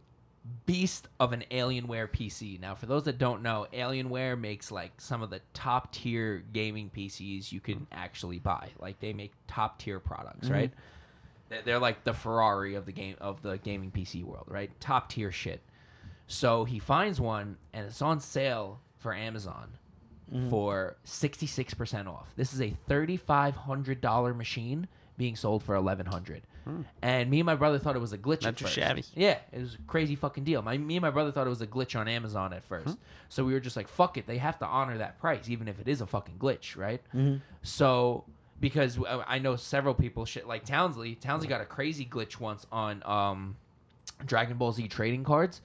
beast of an Alienware PC. Now, for those that don't know, Alienware makes like some of the top tier gaming PCs you can actually buy. Like they make top tier products, right? They're- They're like the Ferrari of the game of the gaming PC world, right? Top tier shit. So he finds one and it's on sale for Amazon
Mm-hmm.
for 66% off. This is a $3500 machine being sold for 1100. And me and my brother thought it was a glitch
Hmm. Not
at
too
first.
shabby.
Yeah, it was a crazy fucking deal. My me and my brother thought it was a glitch on Amazon at
Hmm.
1st So we were just like, fuck it, they have to honor that price even if it is a fucking glitch, right?
Mm-hmm.
So because uh, I know several people shit like Townsley, Townsley got a crazy glitch once on um Dragon Ball Z trading cards.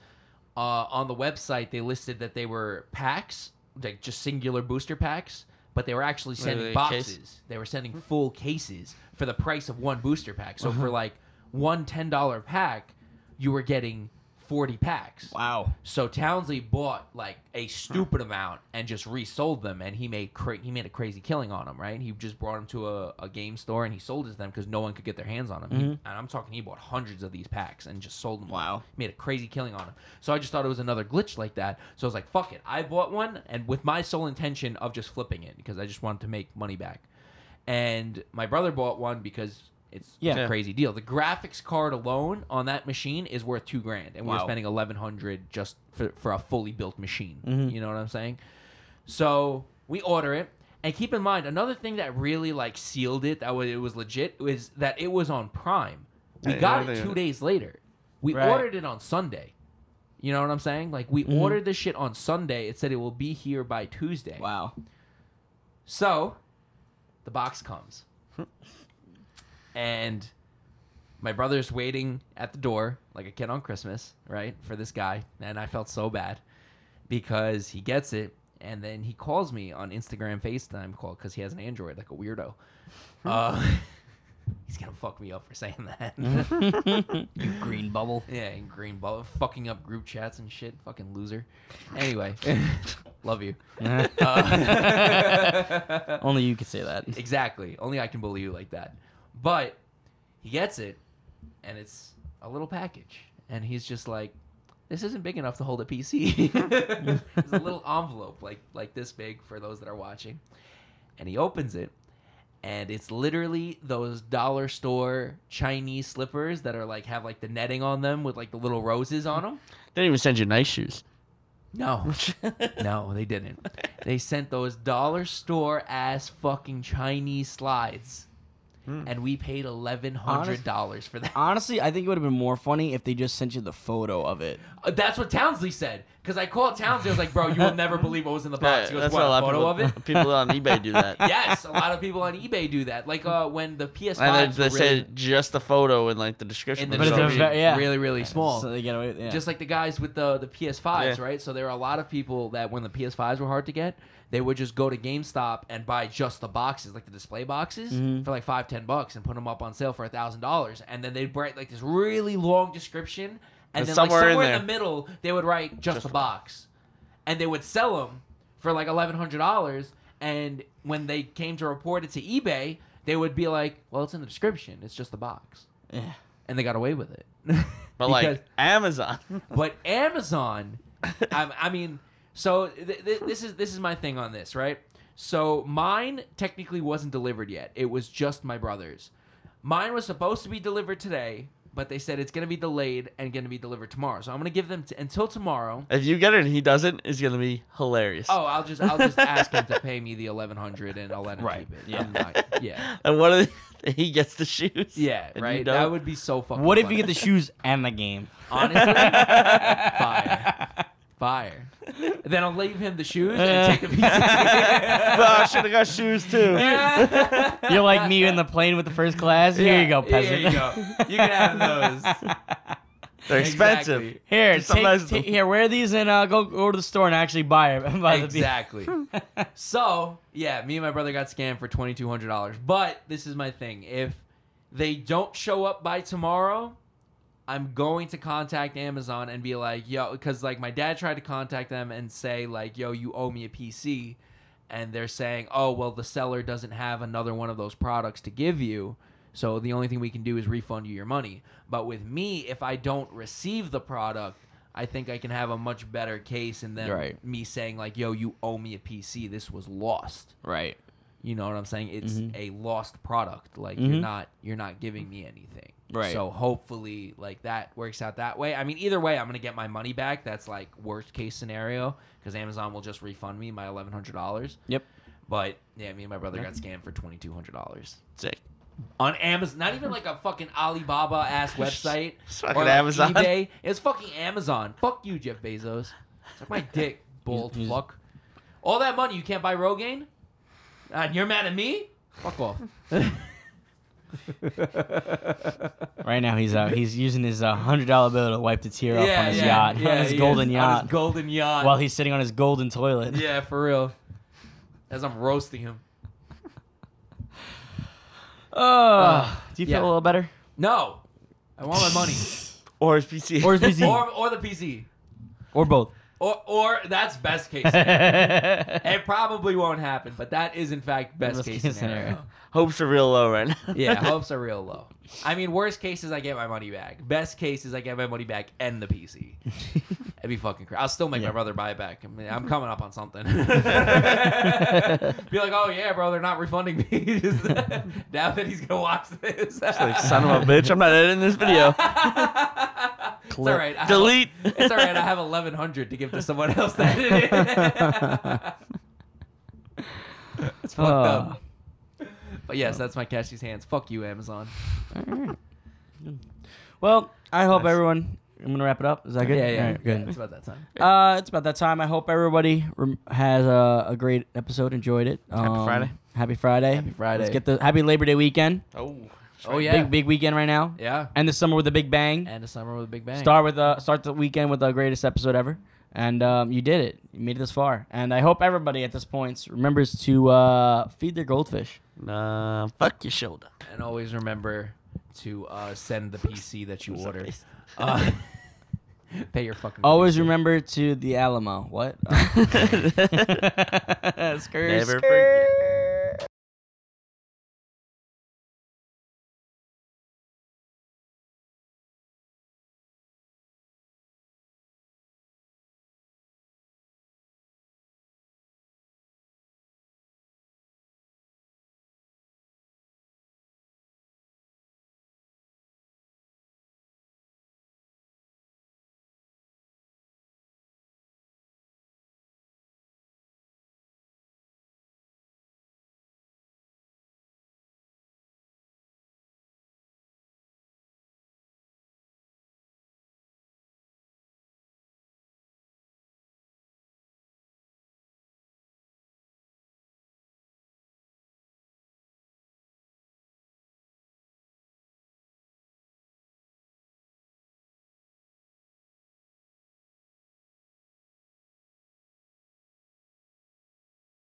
Uh, on the website, they listed that they were packs, like just singular booster packs, but they were actually sending
wait, case?
boxes. They were sending full cases for the price of one booster pack. So
Uh-huh.
for like one ten dollar pack, you were getting forty packs.
Wow.
So Townsley bought like a stupid amount and just resold them, and he made cra- he made a crazy killing on them. Right? He just brought them to a, a game store and he sold it to them because no one could get their hands on them. He- and I'm talking, he bought hundreds of these packs and just sold them.
Mm-hmm. Wow.
Made a crazy killing on them. So I just thought it was another glitch like that. So I was like, fuck it, I bought one, and with my sole intention of just flipping it because I just wanted to make money back. And my brother bought one because. It's, it's
Yeah.
a crazy deal. The graphics card alone on that machine is worth two grand, and we we're
Wow.
spending spending 1100 just for, for a fully built machine
Mm-hmm.
you know what i'm saying so we order it and keep in mind another thing that really like sealed it that was, it was legit was that it was on prime we
Yeah,
got
yeah,
it
yeah.
two days later we
Right. Mm-hmm.
ordered it on sunday you know what i'm saying like we ordered this shit on sunday it said it will be here by tuesday
Wow.
so the box comes. and my brother's waiting at the door like a kid on Christmas, right? For this guy. And I felt so bad because he gets it and then he calls me on Instagram FaceTime call because he has an Android like a weirdo.
Hmm.
uh, *laughs* he's going to fuck me up for saying that.
*laughs*
*laughs*
Green bubble.
Yeah, and green ball, fucking up group chats and shit. Fucking loser.
*laughs*
Anyway, *laughs* love you. Uh, *laughs*
Only you could say that.
exactly. Only I can bully you like that. But he gets it, and it's a little package, and he's just like, "This isn't big enough to hold a PC." *laughs* it's a little envelope, like like this big for those that are watching, and he opens it. And it's literally those dollar store Chinese slippers that are like have like the netting on them with like the little roses on them.
They didn't even send you nice
*laughs*
shoes.
No. no, they didn't. They sent those dollar store ass fucking Chinese slides.
Hmm.
And we paid eleven hundred dollars for that.
Honestly, I think it would have been more funny if they just sent you the photo of it.
Uh, That's what Townsley said. Because I called Townsley, I was like, "Bro, you will never believe what was in the box." He
Yeah,
goes,
that's
"What?
how a
A
lot
photo
of people,
of it?"
people on eBay do *laughs*
*laughs*
that.
yes, a lot of people on eBay do that. Like uh, when the PS5
And they,
were
they
really,
said just the photo and like the description.
in the
was
But it's a
always-
description,
ve- yeah.
really, really small.
So they get away. Yeah.
just like the guys with the the PS5s,
Yeah.
right? So there are a lot of people that when the PS5s were hard to get, they would just go to GameStop and buy just the boxes, like the display boxes,
Mm-hmm.
for like five, ten bucks, and put them up on sale for a thousand dollars, and then they'd write like this really long description, and
But
then
somewhere in
like somewhere in,
there-
the middle they would write just, the box, and they would sell them for like eleven hundred dollars, and when they came to report it to eBay, they would be like, "Well, it's in the description, it's just the box,"
Yeah.
and they got away with it.
But
*laughs* Because-
like Amazon. *laughs*
but Amazon, I, I mean, so th- th- this is this is my thing on this, right? So mine technically wasn't delivered yet. It was just my brother's. Mine was supposed to be delivered today. but they said it's gonna be delayed and gonna be delivered tomorrow. So I'm gonna give them t- until tomorrow.
If you get it and he doesn't, it's gonna be hilarious.
Oh, I'll just I'll just ask him to pay me the 1100 and I'll let him
Right,
keep it.
yeah.
I'm not- yeah.
*laughs* And what if he gets the shoes?
Yeah,
And you
right. That
don't? *laughs*
would be so fucking.
What if you
funny.
get the shoes and the *laughs* game?
honestly fire,
*laughs*
fire? Then I'll leave him the shoes
Uh.
and take a piece.
Well, I should have got shoes
*laughs*
too.
Of-
You're like me in the plane with the first class. Here
Yeah,
you go, peasant.
Here you go. You can have those.
They're expensive.
Exactly.
*laughs* Here,
Just
take,
unless
*laughs* take-
the-
here, wear these and uh, go go to the store and actually buy *laughs* it. Buy
exactly. so yeah, me and my brother got scammed for twenty two hundred dollars. But this is my thing: if they don't show up by tomorrow, I'm going to contact Amazon and be like, "Yo," because like my dad tried to contact them and say like, "Yo, you owe me a PC," and they're saying, "Oh, well, the seller doesn't have another one of those products to give you." So the only thing we can do is refund you your money. But with me, if I don't receive the product, I think I can have a much better case and then
Right.
me saying like, "Yo, you owe me a PC. This was lost."
right.
You know what I'm saying? It's
Mm-hmm.
a lost product. Like you're not you're not giving me anything.
Right.
So hopefully like that works out that way. I mean, either way, I'm gonna get my money back. That's like worst case scenario because Amazon will just refund me my eleven hundred dollars.
Yep.
But yeah, me and my brother got scammed for twenty two hundred dollars
Sick.
on Amazon. Not even like a fucking Alibaba
*laughs*
ass website.
It's fucking
like
Amazon.
eBay. It's fucking Amazon. Fuck you, Jeff Bezos. It's like
*laughs*
my dick, bold
He's- he's-
fuck. All that money you can't buy Rogaine, Uh, and you're mad at me? Fuck
*laughs*
off. *laughs*
Right now he's out. He's using his uh, hundred dollar bill to wipe the tear off on his yacht, on his
he
golden
is,
yacht,
On his golden yacht.
while he's sitting on his golden toilet. *laughs*
yeah, for real. As I'm roasting him.
Ugh. Oh, do you feel
yeah.
a little better?
No, I want my
*laughs*
money,
Or his PC.
Or is busy?
or or the PC,
or *laughs* both?
or or that's best case. scenario.
*laughs* Best
it probably won't happen, but that is in fact best, case, scenario.
*laughs* hopes are real low right now. *laughs*
Yeah, hopes are real low. I mean, worst case is I get my money back. Best case is I get my money back and the PC. That'd be fucking crazy. I'll still make
Yeah.
my brother buy it back. I mean, I'm coming up
*laughs*
on something. *laughs* be like, oh yeah, bro, they're not refunding me. *laughs* Just- now that he's gonna watch this,
like, son
*laughs*
of a bitch, I'm not editing this video.
it's all right. I have-
Delete.
it's all right. I have 1100 to give to someone else. That it is. it's fucked
Ugh.
up. Ah. But yes, that's my cash these hands. Fuck you, Amazon.
Well, I hope
Nice.
everyone. I'm gonna wrap it up. Is that good?
Yeah, yeah,
All
yeah.
right, good.
It's about that time.
Uh, it's about that time. I hope everybody rem- has a, a great episode. Enjoyed it. Um,
Friday.
Happy Friday.
Happy Friday.
Let's get the happy Labor Day weekend.
Oh.
*laughs* Oh yeah,
Big big weekend right now.
yeah.
End the summer with a big bang.
And a summer with a big bang.
Start with uh, start the weekend with the greatest episode ever, and um, you did it. You made it this far, and I hope everybody at this point remembers to uh, feed their goldfish.
Nah, fuck your shoulder.
And always remember to uh, send the PC that
*laughs*
you ordered. Uh, *laughs* pay your fucking.
Always
*laughs*
PC.
*laughs* remember to the Alamo. What?
Never
Skrr,
forget.